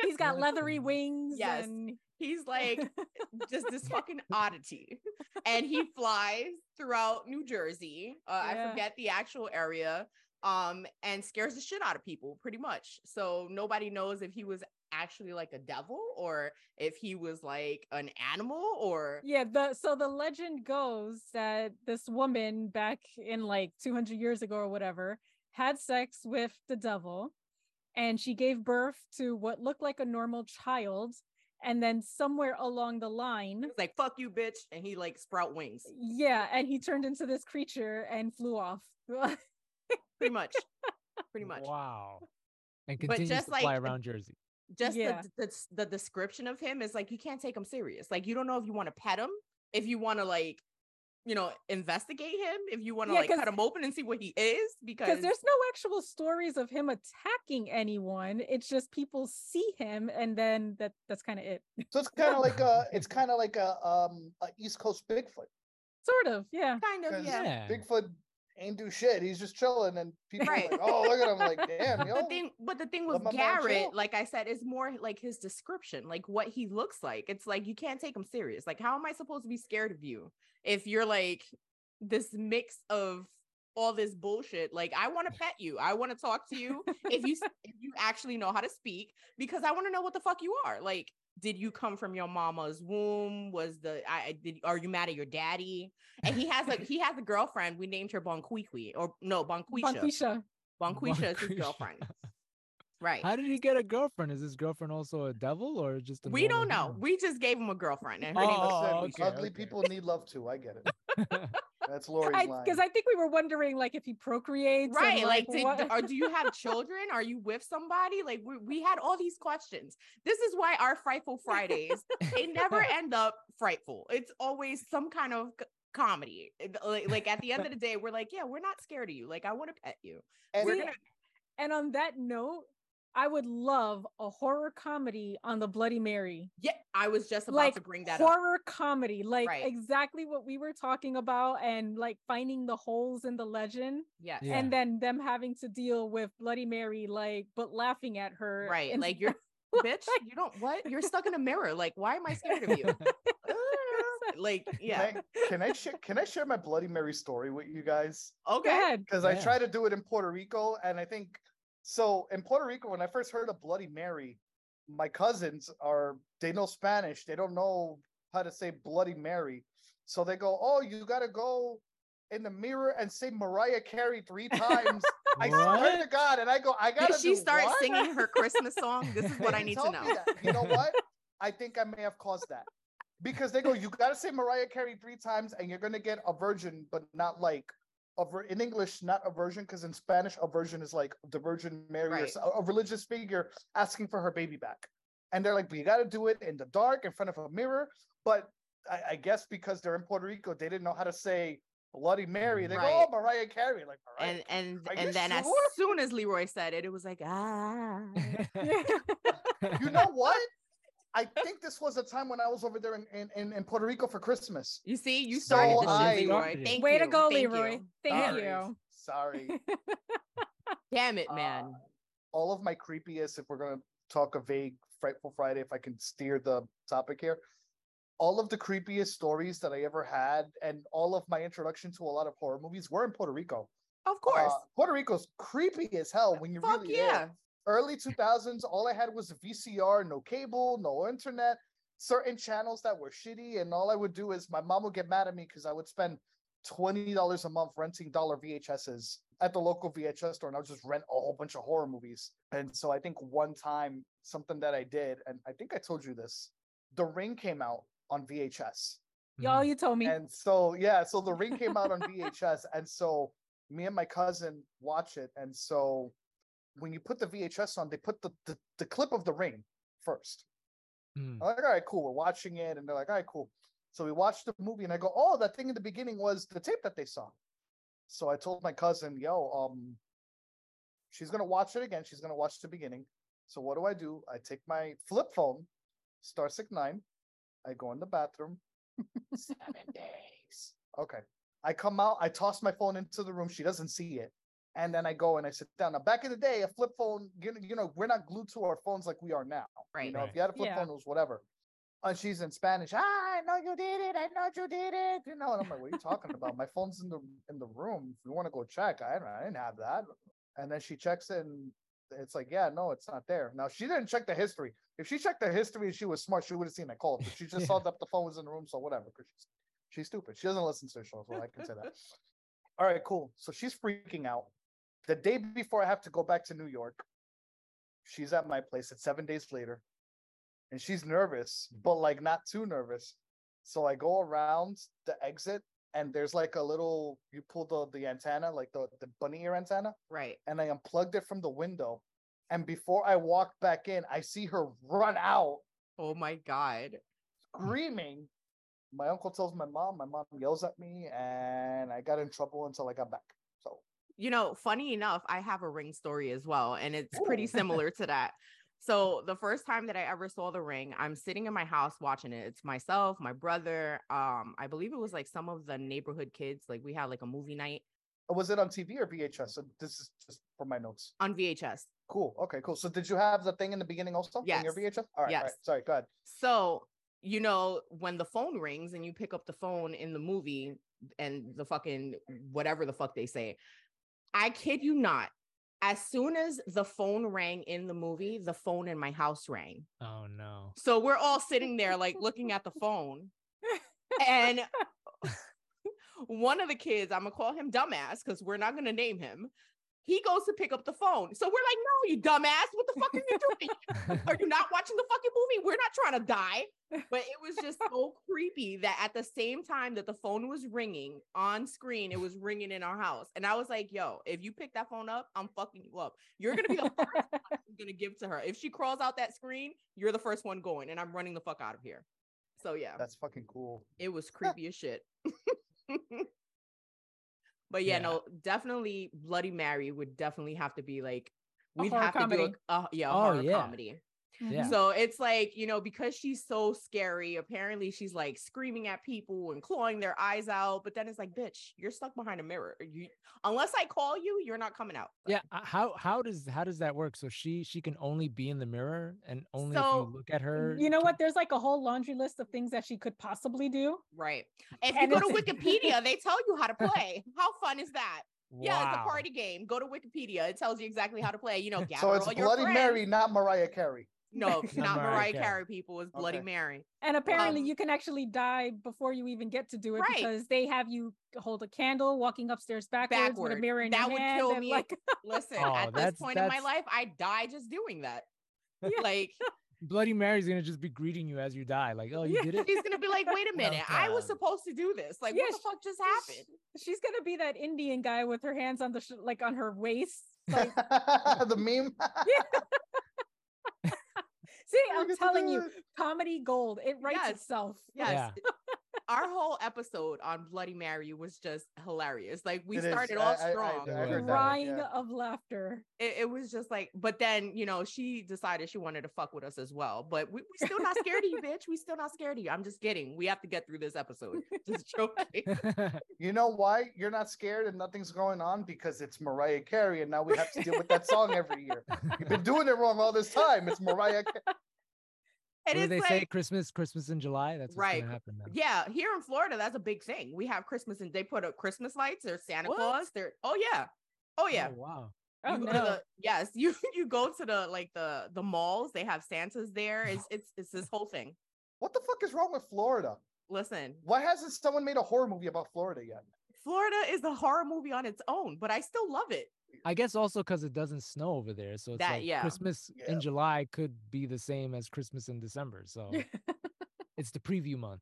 S2: He's got
S4: Wonderful.
S2: leathery wings.
S1: Yes.
S2: and-
S1: He's like just this fucking oddity. And he flies throughout New Jersey. Uh, I
S2: Yeah.
S1: forget the actual area. Um, and scares the shit out of people pretty much. So nobody knows if he was actually like a devil or if he was like an animal or
S2: yeah. The so the legend goes that this woman back in like 200 years ago or whatever had sex with the devil, and she gave birth to what looked like a normal child, and then somewhere along the line.
S1: he was like, fuck you, bitch. And he like sprout wings
S2: Yeah, and he turned into this creature and flew off.
S1: pretty much. pretty much.
S4: Wow. And continues
S1: just
S4: to fly
S1: like-
S4: around Jersey.
S1: just
S2: Yeah.
S1: the, the the description of him is like you can't take him serious. Like you don't know if you want to pet him, if you want to like, you know, investigate him, if you want to
S2: Yeah,
S1: like
S2: 'cause-
S1: cut him open and see what he is. Because
S2: because there's no actual stories of him attacking anyone it's just people see him and then that that's kind of it
S3: So it's kind of like a, it's kind of like a, um, a East Coast Bigfoot.
S2: sort of yeah
S1: kind of
S3: 'cause
S1: yeah.
S4: Yeah.
S3: Bigfoot ain't do shit. He's just chilling, and people are
S1: Right.
S3: like, oh, look at him, like, damn,
S1: But
S3: yo.
S1: the thing, but the thing
S3: let
S1: with
S3: my man
S1: Garrett,
S3: chill.
S1: like I said, is more like his description, like what he looks like. It's like you can't take him serious. Like how am I supposed to be scared of you if you're like this mix of all this bullshit? Like I want to pet you. I want to talk to you. if you s- if you actually know how to speak because i want to know what the fuck you are like did you come from your mama's womb was the i I- did are you mad at your daddy and he has a he has a girlfriend we named her bonquiqui or no bonquisha
S2: Bonquisha.
S1: bonquisha is his
S4: Bonquisha.
S1: girlfriend right
S4: How did he get a girlfriend? Is his girlfriend also a devil or just a
S1: we don't
S4: normal
S1: know we just gave him a girlfriend and her name
S4: Oh,
S1: was
S3: Listen,
S4: okay,
S3: ugly
S4: okay.
S3: people need love too. I get it.
S4: human?
S3: That's Lori's
S2: I
S3: line.
S2: because I, think we were wondering like if he procreates and,
S1: right like, did,
S2: what-
S1: or do you have children are you with somebody like we, we had all these questions this is why our frightful fridays they never end up frightful it's always some kind of c- comedy It- like, like, at the end of the day we're like yeah we're not scared of you like i want to pet you
S3: and
S1: we're
S2: See,
S1: gonna
S2: and on that note i would love a horror comedy on the bloody mary
S1: yeah i was just about
S2: like
S1: to bring that up
S2: horror comedy like
S1: Right.
S2: exactly what we were talking about and like finding the holes in the legend
S1: yes
S4: Yeah.
S2: and then them having to deal with bloody mary like but laughing at her
S1: right
S2: and-
S1: like you're bitch you don't what you're stuck in a mirror like why am i scared of you Uh, like yeah
S3: Can I, can I share? Can I share my Bloody Mary story with you guys?
S2: go
S1: okay
S2: ahead
S3: Because I
S4: Yeah.
S3: try to do it in Puerto Rico, and I think so. In Puerto Rico, when I first heard of Bloody Mary, my cousins are they know Spanish. They don't know how to say Bloody Mary, so they go, "Oh, you gotta go." In the mirror and say Mariah Carey three times. I swear to
S4: What?
S3: God, and I go, I gotta.
S1: did she
S3: do
S1: start
S3: what?
S1: singing her christmas song this is what
S3: They
S1: i
S3: didn't
S1: need to
S3: tell
S1: know
S3: me that. You know what? I think I may have caused that because they go, you gotta say Mariah Carey three times, and you're gonna get a virgin, but not like a vir- in English, not a virgin, because in Spanish, a virgin is like the Virgin Mary or
S1: Right.
S3: s- a- a religious figure asking for her baby back, and they're like, but you gotta do it in the dark in front of a mirror. But I, I guess because they're in Puerto Rico, they didn't know how to say Bloody Mary. They go,
S1: Right.
S3: oh, Mariah Carey, like Mariah.
S1: and and
S3: Are you
S1: and then as
S3: sure?
S1: soon as Leroy said it, it was like ah.
S3: you know what? I think this was a time when I was over there in, in- in, in Puerto Rico for Christmas.
S1: You see, you
S3: So
S1: started the
S3: I-
S1: shit, Leroy.
S4: Started it.
S1: Thank
S2: way to
S1: you,
S2: go
S1: thank
S2: leroy
S1: you.
S2: thank
S3: Sorry.
S2: you
S3: Sorry.
S1: Damn it,
S3: Uh,
S1: man.
S3: all of my creepiest, if we're going to talk a vague Frightful Friday, if I can steer the topic here, all of the creepiest stories that I ever had and all of my introduction to a lot of horror movies were in Puerto Rico.
S1: of course.
S3: Uh, Puerto Rico's creepy as hell when you
S1: Fuck
S3: really there.
S1: yeah.
S3: early 2000s all i had was a vcr no cable no internet certain channels that were shitty and all i would do is my mom would get mad at me because i would spend $20 a month renting dollar vhs's at the local VHS store and I would just rent a whole bunch of horror movies. And so I think one time something that I did, and I think I told you this, The Ring came out on VHS.
S4: Hmm, Mm-hmm.
S2: Y'all, you told me.
S3: And so yeah, so The Ring came out on VHS, and so me and my cousin watch it, and so when you put the VHS on, they put the the, the clip of The Ring first.
S4: Mm,
S3: I'm like, all right, cool, we're watching it, and they're like, all right, cool. So we watched the movie, and I go, oh, that thing in the beginning was the tape that they saw. So I told my cousin, yo, um, she's gonna watch it again. She's gonna watch the beginning. So what do I do? I take my flip phone, Star Six Nine. I go in the bathroom. Seven days. Okay. I come out. I toss my phone into the room. She doesn't see it. And then I go and I sit down. Now, back in the day, a flip phone, you know, you know we're not glued to our phones like we are now. You
S1: Right.
S3: know,
S4: Right.
S3: if you had a flip
S2: Yeah.
S3: phone, it was whatever. And she's in Spanish. Ah, I know you did it. I know you did it. You know, and I'm like, what are you talking about? My phone's in the in the room. If you want to go check, I, I didn't have that. And then she checks it and it's like, yeah, no, it's not there. Now she didn't check the history. If she checked the history and she was smart, she would have seen I called. But she just saw that the phone was in the room, so whatever. Because she's she's stupid. She doesn't listen to the show, so I can say that. All right, cool. So she's freaking out. The day before I have to go back to New York, she's at my place. It's seven days later, and she's nervous, but like not too nervous. So I go around the exit, and there's like a little. You pull the the antenna, like the the bunny ear antenna
S1: Right.
S3: and I unplugged it from the window. And before I walked back in, I see her run out
S1: Oh my God.
S3: screaming. My uncle tells my mom, my mom yells at me, and I got in trouble until I got back. So
S1: You know, funny enough, I have a ring story as well, and it's pretty
S3: Ooh.
S1: similar to that. So the first time that I ever saw the ring, I'm sitting in my house watching it. It's myself, my brother. Um, I believe it was like some of the neighborhood kids. Like we had like a movie night
S3: Oh, was it on TV or VHS? So this is just for my notes.
S1: on VHS.
S3: Cool. Okay, cool. So did you have the thing in the beginning also? In your
S1: Yes.
S3: VHS? All right, all right.
S1: Yes.
S3: Sorry, go ahead.
S1: So, you know, when the phone rings and you pick up the phone in the movie and the fucking whatever the fuck they say, I kid you not. As soon as the phone rang in the movie, the phone in my house rang.
S4: oh no.
S1: So we're all sitting there, like looking at the phone. And one of the kids, I'm gonna call him dumbass because we're not gonna name him. He goes to pick up the phone. So we're like, no, you dumbass. What the fuck are you doing? Are you not watching the fucking movie? We're not trying to die. But it was just so creepy that at the same time that the phone was ringing on screen, it was ringing in our house. And I was like, yo, if you pick that phone up, I'm fucking you up. You're going to be the first one I'm going to give to her. If she crawls out that screen, you're the first one going, and I'm running the fuck out of here. So yeah,
S3: That's fucking cool.
S1: it was creepy as shit. but yeah,
S4: Yeah.
S1: no, definitely Bloody Mary would definitely have to be like,
S2: A
S1: we'd
S2: horror
S1: have to do
S2: comedy.
S1: a, a yeah, a
S4: Oh,
S1: horror
S4: yeah.
S1: comedy.
S4: Yeah.
S1: So it's like, you know, because she's so scary, apparently she's like screaming at people and clawing their eyes out. But then it's like, bitch, you're stuck behind a mirror. You, unless I call you, you're not coming out.
S4: Yeah. uh, How how does how does that work? So she she can only be in the mirror and only if
S1: So,
S4: you look at
S1: Mm-hmm.
S4: her.
S2: You know
S4: can-
S2: what? There's like a whole laundry list of things that she could possibly do.
S1: Right. If
S2: And
S1: you go to
S2: it's-
S1: Wikipedia, they tell you how to play. How fun is that? Yeah, it's a
S4: Wow.
S1: party game. Go to Wikipedia. It tells you exactly how to play. You know, gather
S3: so it's
S1: all your
S3: Bloody
S1: friends.
S3: Mary, not Mariah Carey.
S1: No,
S2: Not
S1: not
S4: Mariah
S1: Mariah
S4: Carey.
S1: Carey. People it's Bloody
S3: Okay.
S1: Mary.
S2: And apparently,
S1: Um,
S2: you can actually die before you even get to do it
S1: Right.
S2: because they have you hold a candle, walking upstairs backwards with a
S1: Backward.
S2: mirror in
S1: That
S2: your
S1: would
S2: hand,
S1: kill
S2: and,
S1: me.
S2: Like,
S1: Listen,
S4: Oh,
S1: at this
S4: that's-
S1: point in
S4: that's-
S1: my life, I die just doing that.
S2: Yeah.
S1: Like
S4: Bloody Mary's gonna just be greeting you as you die, like, oh, you
S2: Yeah.
S4: did it.
S1: she's gonna be like, wait a minute, I was
S4: Welcome.
S1: supposed to do this. Like,
S2: Yeah,
S1: what the
S2: she-
S1: fuck just happened?
S2: she's gonna be that Indian guy with her hands on the sh- like on her waist. Like,
S3: the meme.
S2: see,
S3: Look at
S2: I'm
S3: the
S2: telling you,
S3: dude.
S2: comedy gold. It writes
S1: Yes.
S2: itself.
S1: Yes.
S4: Yeah.
S1: Our whole episode on Bloody Mary was just hilarious. Like we
S3: It is.
S1: started
S3: I-
S1: off
S3: I- I-
S1: strong.
S3: I
S4: It
S3: heard that one,
S2: Crying
S3: yeah.
S2: of laughter.
S1: it, it was just like, but then you know, she decided she wanted to fuck with us as well. But we, we still not scared of you, bitch. We still not scared of you. I'm just kidding. We have to get through this episode. Just joking.
S3: You know why you're not scared and nothing's going on? Because it's Mariah Carey, and now we have to deal with that song every year. You've been doing it wrong all this time. It's Mariah. Ca-
S1: And
S4: what do
S1: it's
S4: they
S1: like,
S4: say? Christmas, Christmas in July. That's what's
S1: Right,
S4: gonna happen now.
S1: yeah, here in Florida, that's a big thing. We have Christmas and they put up Christmas lights. There's Santa
S4: What?
S1: Claus. There. Oh yeah. Oh yeah.
S4: Oh, wow.
S2: Oh
S1: you go
S2: no.
S1: to the yes, you you go to the like the the malls. They have Santas there. It's it's it's this whole thing.
S3: What the fuck is wrong with Florida?
S1: Listen,
S3: Why hasn't someone made a horror movie about Florida yet?
S1: Florida is a horror movie on its own, but I still love it.
S4: I guess also because it doesn't snow over there, so it's
S1: That-
S4: like
S1: yeah.
S4: Christmas
S3: Yeah.
S4: in July could be the same as Christmas in December. So it's the preview month.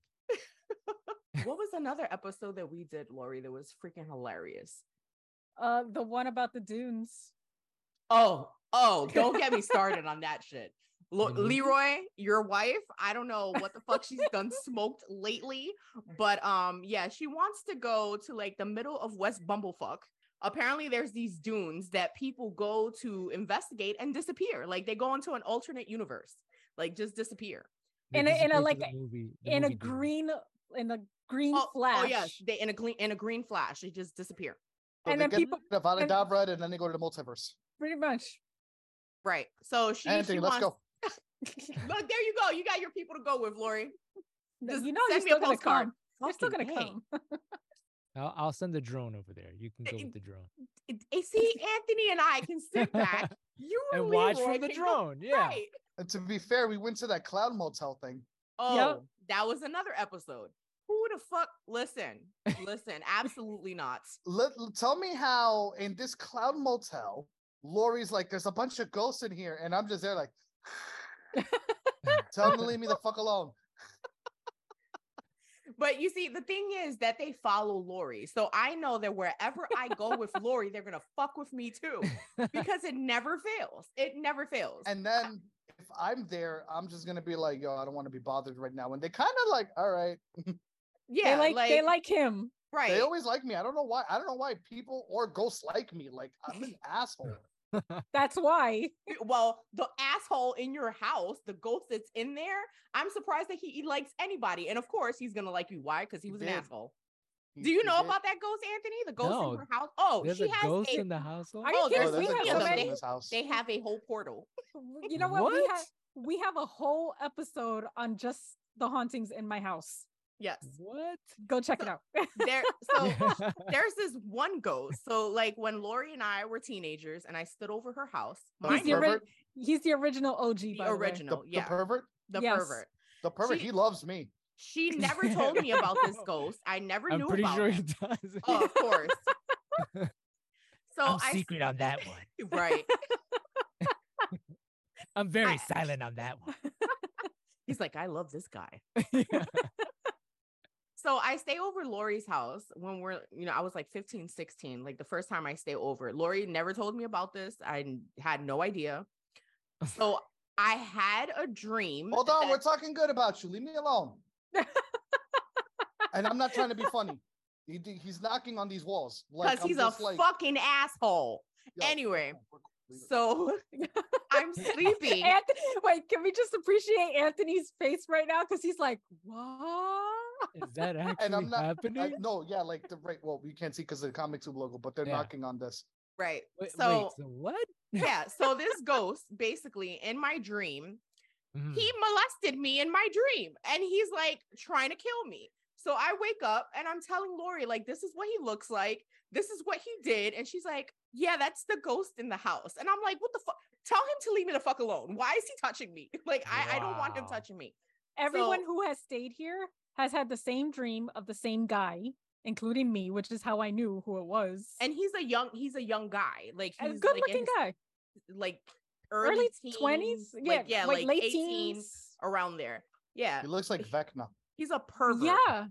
S1: what was another episode that we did, Lori, that was freaking hilarious?
S2: Uh, the one about the dunes.
S1: Oh, oh, don't get me started on that shit. Lo-
S3: Mm-hmm.
S4: Mhm.
S1: Leroy, your wife, I don't know what the fuck she's done smoked lately, but um yeah, she wants to go to like the middle of West Bumblefuck. Apparently there's these dunes that people go to investigate and disappear. Like they go into an alternate universe, like just disappear.
S4: They
S2: In a- in a,
S4: disappear to
S2: like,
S4: the
S2: a-
S4: movie, the
S2: in a
S4: movie Dune.
S2: green, in a green
S1: Oh,
S2: flash.
S1: oh yeah, they in a green in a green flash, they just disappear.
S3: So
S2: And
S3: they
S2: then
S3: get
S2: people-
S3: rid of Aladabra, and then they go to the multiverse.
S2: Pretty much.
S1: Right. So she,
S3: Anthony,
S1: she
S3: let's
S1: wants
S3: go.
S1: Look, there you go. You got your people to go with, Lori.
S2: No,
S1: Just
S2: you know
S1: send me a
S2: you're still gonna
S1: postcard.
S2: come. You're still gonna
S1: Fucking A.
S2: come.
S4: I'll, I'll send the drone over there. You can go
S1: Eh,
S4: with the drone
S1: it- it- see, Anthony and I can sit back. You
S4: and
S1: and
S4: watch
S1: Leroy
S4: from the
S1: can go-
S4: drone. Yeah.
S1: Right.
S3: And to be fair, we went to that cloud motel thing.
S1: Oh, that was another episode. Who the fuck? Listen, listen. Absolutely not.
S3: Let, l- tell me how in this cloud motel, Lori's like, "There's a bunch of ghosts in here," and I'm just there like, "Tell them to leave me the fuck alone."
S1: But you see, the thing is that they follow Lori, so I know that wherever I go with Lori, they're gonna fuck with me too, because it never fails. It never fails.
S3: And then if I'm there, I'm just gonna be like, "Yo, I don't want to be bothered right now." And they kind of like, "All right."
S1: yeah,
S2: they like, they like him.
S1: right.
S3: They always like me. I don't know why. I don't know why people or ghosts like me. Like I'm an asshole.
S2: That's why.
S1: well, the asshole in your house, the ghost that's in there, I'm surprised that he, he likes anybody. And of course, he's gonna like you. Why? Because he
S3: He
S1: was an
S3: did.
S1: asshole.
S3: He-
S1: Do you
S3: he
S1: know
S3: did-
S1: about that ghost, Anthony? The ghost
S4: No,
S1: in her house. Oh,
S4: There's
S1: she
S4: a
S1: has
S4: ghost
S1: a.
S4: in the household.
S2: Are you
S1: Oh,
S2: kidding?
S3: Oh,
S1: there's
S2: we
S3: there's a
S1: literally
S2: have so
S3: ghost
S1: somebody-
S3: in
S2: many.
S3: this house.
S1: They have a whole portal.
S2: You know what? We have
S4: What?
S2: we have a whole episode on just the hauntings in my house.
S1: Yes,
S4: What?
S2: Go check it out.
S1: there. So there's this one ghost. So like when Lori and I were teenagers, and I stood over her house,
S3: The
S1: mind
S2: the
S1: you,
S2: ori-
S3: pervert,
S2: He's the original OG.
S1: the
S2: by the way.
S3: the,
S1: original,
S3: the
S1: yeah,
S3: pervert,
S1: the
S2: Yes.
S1: pervert.
S3: the pervert.
S1: She-
S3: he loves me.
S1: She never told me about this ghost. I never
S4: I'm
S1: knew
S4: pretty
S1: about.
S4: sure
S1: it.
S4: he does.
S1: Oh, of course. So
S4: I'm
S1: I
S4: secret on that one.
S1: right.
S4: I'm very
S1: I-
S4: silent on that one.
S1: He's like, I love this guy.
S4: Yeah.
S1: so I stay over Lori's house when we're, you know, I was like 15, 16, like the first time I stay over. Lori never told me about this. I n- had no idea. So I had a dream.
S3: Hold on,
S1: that-
S3: we're talking good about you. Leave me alone. and I'm not trying to be funny. He, d- he's knocking on these walls like
S1: because
S3: I'm
S1: he's a
S3: just like,
S1: fucking asshole.
S3: yo,
S1: anyway,
S3: we're cool, we're cool.
S1: So I'm sleeping.
S2: Anthony, wait, can we just appreciate Anthony's face right now? Because he's like, what?
S4: Is that actually
S3: and I'm not. I-
S4: happening?
S3: no, yeah, like the right. Well, you can't see because of the comic tube logo, but they're
S4: Yeah.
S3: knocking on this.
S1: right.
S4: Wait,
S1: so
S4: wait, so what?
S1: yeah. So this ghost basically in my dream
S4: Mhm.
S1: he
S2: Hmm.
S1: molested me in my dream and he's like trying to kill me so i wake up and i'm telling lori like this is what he looks like this is what he did and she's like yeah that's the ghost in the house and i'm like what the fuck tell him to leave me the fuck alone why is he touching me like I, I don't want him
S4: Wow.
S1: touching me
S2: Everyone
S1: So-
S2: who has stayed here has had the same dream of the same guy, including me, which is how I knew who it was.
S1: and he's a young he's a young guy like
S2: a
S1: he's
S2: good
S1: like, in
S2: looking
S1: his,
S2: guy.
S1: like
S2: Early
S1: early teens,
S2: twenties. Yeah,
S1: like, yeah like,
S2: late
S1: 18
S2: teens.
S1: around there yeah
S3: He looks like Vecna.
S1: he's a pervert
S2: Yeah.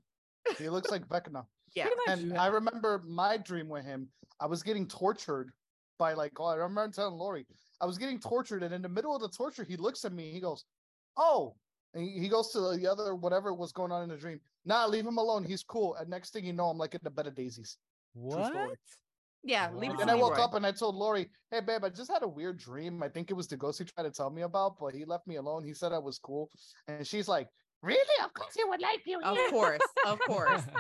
S3: He looks like Vecna.
S1: yeah
S2: pretty much.
S3: And I remember my dream with him. I was getting tortured by like, oh, I remember telling Lori, I was getting tortured, and in the middle of the torture, he looks at me. He goes, "Oh," and he he goes to the other whatever was going on in the dream. Nah, leave him alone. He's cool. And next thing you know, I'm like in the bed of daisies. story.
S4: What?
S1: yeah leave it to
S4: Wow.
S3: And I woke
S1: Leroy.
S3: up and I told Lori, "Hey, babe, I just had a weird dream. I think it was the ghost he tried to tell me about, but he left me alone. He said I was cool." And she's like, "Really? Of course he would like you.
S1: of
S3: yeah."
S1: course of course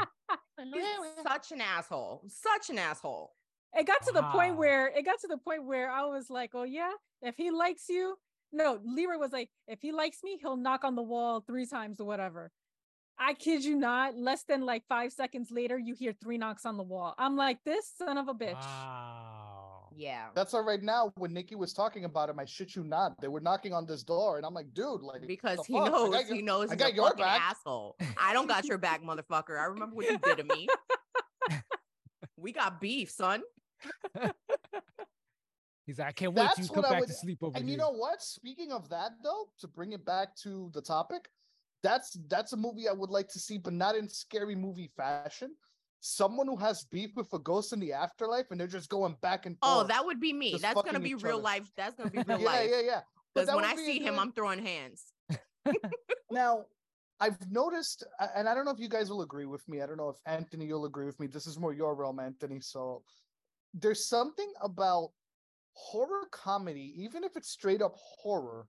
S1: He's
S3: Yeah.
S1: such an asshole. Such an asshole.
S2: It got to the point
S4: Wow.
S2: where it got to the point where I was like, oh yeah, if he likes you, no, Leroy was like, if he likes me, he'll knock on the wall three times or whatever. I kid you not, less than like five seconds later, you hear three knocks on the wall. I'm like, this son of a bitch.
S4: Wow.
S1: Yeah.
S3: That's all right now. When Nikki was talking about him, I shit you not. They were knocking on this door, and I'm like, dude, like
S1: Because
S3: the
S1: he
S3: fuck? I
S1: knows
S3: got your-
S1: he knows
S3: I
S1: he's
S3: got
S1: a
S3: your
S1: fucking
S3: back.
S1: asshole. I don't got your back, motherfucker. I remember what you did to me. we got beef, son.
S4: He's like, I can't wait to
S3: That's
S4: come
S3: what I
S4: back to
S3: would-
S4: sleep over
S3: And
S4: here.
S3: you know what? Speaking of that, though, to bring it back to the topic, that's that's a movie I would like to see, but not in scary movie fashion. Someone who has beef with a ghost in the afterlife, and they're just going back and
S1: Oh,
S3: forth.
S1: that would be me.
S3: Just
S1: That's gonna
S3: fucking
S1: be
S3: each
S1: real
S3: other.
S1: life. That's gonna be real
S3: yeah,
S1: life.
S3: yeah, yeah. But
S1: Because
S3: that
S1: when
S3: would
S1: I
S3: be a
S1: see him,
S3: good-
S1: I'm throwing hands.
S3: Now, I've noticed, a- and I don't know if you guys will agree with me. I don't know if Anthony, you'll agree with me. This is more your realm, Anthony. So there's something about horror comedy, even if it's straight up horror,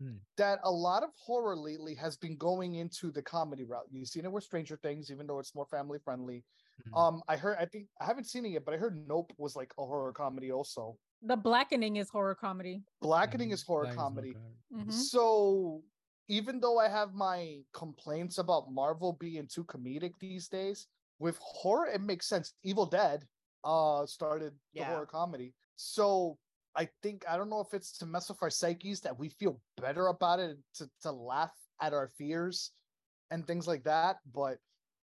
S4: Hmm.
S3: that a lot of horror lately has been going into the comedy route. You've seen it with Stranger Things, even though it's more family friendly.
S4: Mhm.
S3: Um, I heard, I think, I haven't seen it yet, but I heard Nope was like a horror comedy also.
S2: The Blackening is horror comedy.
S3: Blackening
S4: Mhm.
S3: is horror
S4: Black is
S3: comedy.
S1: Mm-hmm.
S4: Mm-hmm.
S2: Mhm.
S3: So even though I have my complaints about Marvel being too comedic these days, with horror it makes sense. Evil Dead uh started
S1: Yeah.
S3: the horror comedy. So I think I don't know if it's to mess with our psyches that we feel better about it to, to laugh at our fears and things like that, but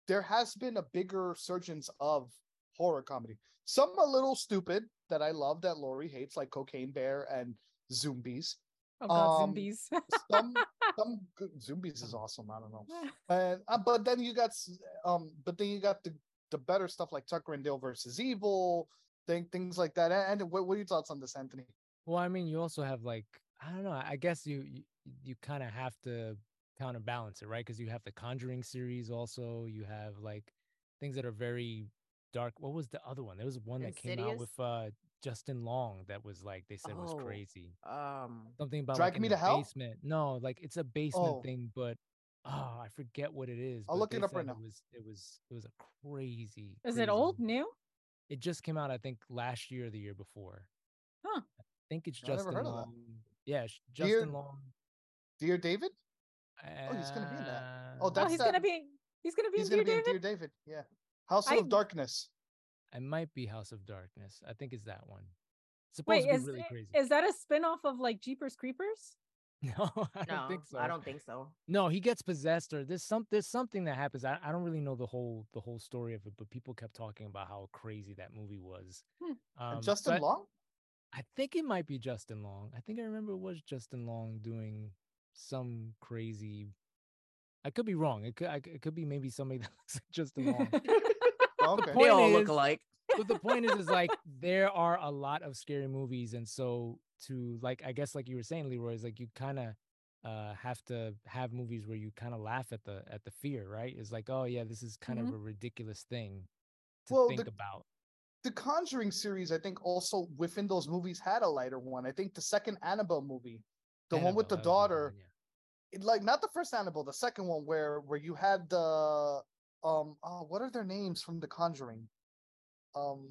S3: there has been a bigger surgence of horror comedy. Some a little stupid that I love that Lori hates, like Cocaine Bear and Zombies
S2: Oh God,
S3: Um,
S2: zombies.
S3: some some good zombies is awesome. I don't know, and uh, but then you got s- um, but then you got the the better stuff like Tucker and Dale versus Evil, thing things like that. And, and what, what are your thoughts on this, Anthony?
S4: Well, I mean, you also have like I don't know. I I guess you you, you kind of have to counterbalance it, right? Because you have the Conjuring series. Also, you have like things that are very dark. What was the other one? There was one that came out
S1: Insidious?
S4: with uh Justin Long that was like they said was
S1: Oh.
S4: crazy.
S1: Um,
S4: Something about
S3: Drag
S4: like in
S3: Me
S4: the
S3: to Hell?
S4: basement. No, like it's a basement
S3: Oh.
S4: thing, but oh, I forget what it is.
S3: I'll
S4: but
S3: look
S4: they
S3: it up
S4: said
S3: right now.
S4: It was it was it was a crazy.
S2: Is
S4: crazy
S2: it old,
S4: movie.
S2: new?
S4: It just came out, I think, last year or the year before.
S2: Huh.
S4: I think it's
S3: I never
S4: Justin
S3: heard of that.
S4: Long. Yeah, it's Justin
S3: Dear-
S4: Long.
S3: Dear David, he's gonna be in that. Oh,
S4: Uh,
S2: Oh,
S3: that's
S2: he's
S3: that-
S2: gonna be. He's gonna be
S3: he's
S2: in
S3: gonna
S2: Dear
S3: be
S2: David.
S3: in Dear David. Yeah, House
S2: I-
S3: of Darkness.
S4: It might be House of Darkness. I think it's that one. It's supposed
S2: Wait,
S4: to
S2: is
S4: be really
S2: i-
S4: crazy.
S2: is that a spin-off of like Jeepers Creepers?
S4: no, I
S1: no,
S4: don't think so.
S1: I don't think so.
S4: No, he gets possessed, or there's some there's something that happens. I, I don't really know the whole the whole story of it, but people kept talking about how crazy that movie was.
S2: Hmm.
S3: And
S4: Um,
S3: Justin
S4: but
S3: Long.
S4: I think it might be Justin Long. I think I remember it was Justin Long doing some crazy. I could be wrong. It could I, c- it could be maybe somebody that looks like Justin Long.
S3: Oh, okay.
S1: They
S4: Point
S1: all look
S4: is-
S1: alike.
S4: but the point is is like there are a lot of scary movies and so to like i guess like you were saying leroy is like you kind of uh have to have movies where you kind of laugh at the at the fear right it's like oh yeah this is kind
S2: Mhm.
S4: of a ridiculous thing
S3: Mm-hmm.
S4: to
S3: Well,
S4: think
S3: the-
S4: about
S3: the Conjuring series, I think, also within those movies had a lighter one. I think the second Annabelle movie, the one with
S4: Annabelle,
S3: the
S4: that was another
S3: daughter.
S4: one, yeah.
S3: it- like not the first Annabelle, the second one where where you had the um oh what are their names from The Conjuring? Um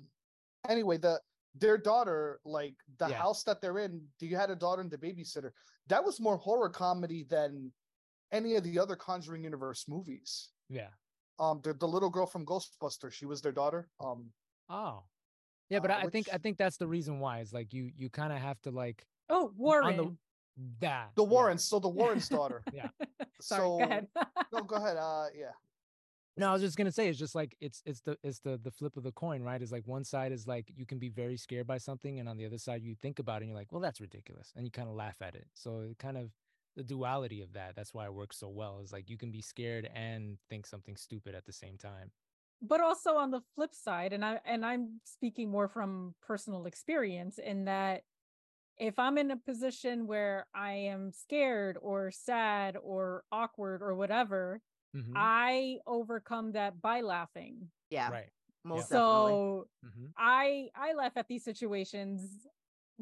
S3: anyway, the their daughter, like the
S4: Yeah.
S3: house that they're in, do you had a daughter and the babysitter? That was more horror comedy than any of the other Conjuring universe movies.
S4: yeah
S3: Um the, the little girl from Ghostbusters, she was their daughter. Um
S4: oh yeah but
S3: Uh,
S4: I, I think i
S3: which-
S4: think that's the reason why it's like you you kind of have to like
S2: Oh,
S4: on
S2: Warren.
S4: the that
S3: the
S4: yeah.
S3: Warrens, so the Warrens daughter.
S4: Yeah.
S2: Sorry, go ahead.
S3: no, go ahead. Uh yeah.
S4: No, I was just gonna say it's just like it's it's the it's the the flip of the coin, right? It's like one side is like you can be very scared by something, and on the other side you think about it and you're like, well, that's ridiculous, and you kind of laugh at it. So it kind of the duality of that. That's why it works so well. Is like you can be scared and think something stupid at the same time.
S2: but also on the flip side and i and i'm speaking more from personal experience in that if i'm in a position where i am scared or sad or awkward or whatever
S1: Mm-hmm.
S4: Mhm,
S2: i overcome that by laughing
S1: Yeah,
S4: Right.
S1: most definitely.
S2: so
S4: hmm
S2: i i laugh at these situations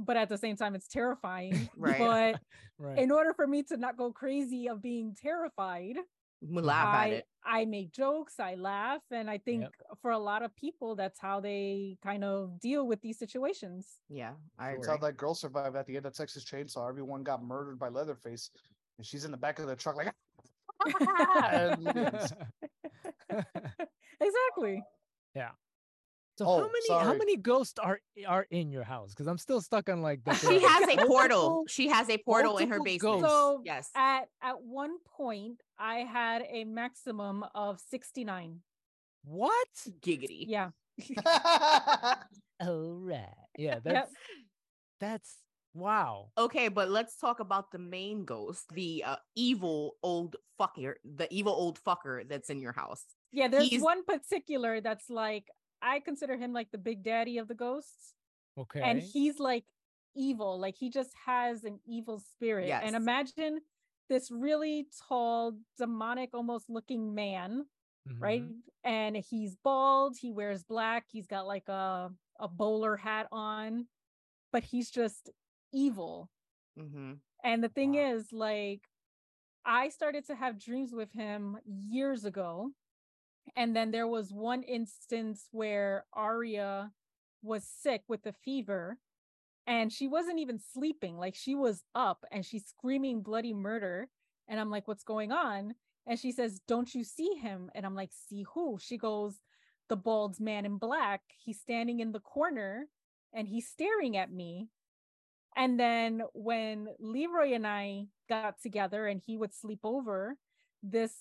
S2: but at the same time it's terrifying
S1: Right.
S2: but
S4: Right.
S2: in order for me to not go crazy of being terrified
S1: We laugh
S2: I,
S1: at it.
S2: I make jokes, I laugh, and I think for a lot of people, that's how they kind of deal with these situations.
S1: Yeah, I
S4: Sure.
S1: agree.
S3: That's how that girl survived at the end of Texas Chainsaw. Everyone got murdered by Leatherface, and she's in the back of the truck like, and leaves.
S2: exactly.
S4: so
S3: Oh,
S4: how many how
S3: sorry.
S4: many ghosts are are in your house? Because I'm still stuck on like that.
S1: She
S4: there are
S1: has a portal.
S4: multiple-
S1: She has a portal in her
S4: multiple
S1: basement.
S4: ghosts.
S2: So
S1: yes.
S2: at at one point, I had a maximum of sixty nine.
S4: What?
S1: Giggity.
S2: Yeah,
S4: All right. Yeah, that's that's wow.
S1: Okay, but let's talk about the main ghost, the uh, evil old fucker, the evil old fucker that's in your house.
S2: Yeah, there's
S1: He's-
S2: one particular that's like I consider him like the big daddy of the ghosts,
S4: Okay.
S2: and he's like evil. Like he just has an evil spirit.
S1: Yes.
S2: And imagine this really tall, demonic, almost looking man, right?
S4: Mhm.
S2: And he's bald. He wears black. He's got like a a bowler hat on, but he's just evil.
S1: Mhm.
S2: And the thing
S4: Wow.
S2: is, like, I started to have dreams with him years ago. And then there was one instance where Aria was sick with a fever and she wasn't even sleeping. Like, she was up and she's screaming bloody murder. And I'm like, what's going on? And she says, don't you see him? And I'm like, see who? She goes, the bald man in black. He's standing in the corner and he's staring at me. And then when Leroy and I got together and he would sleep over, this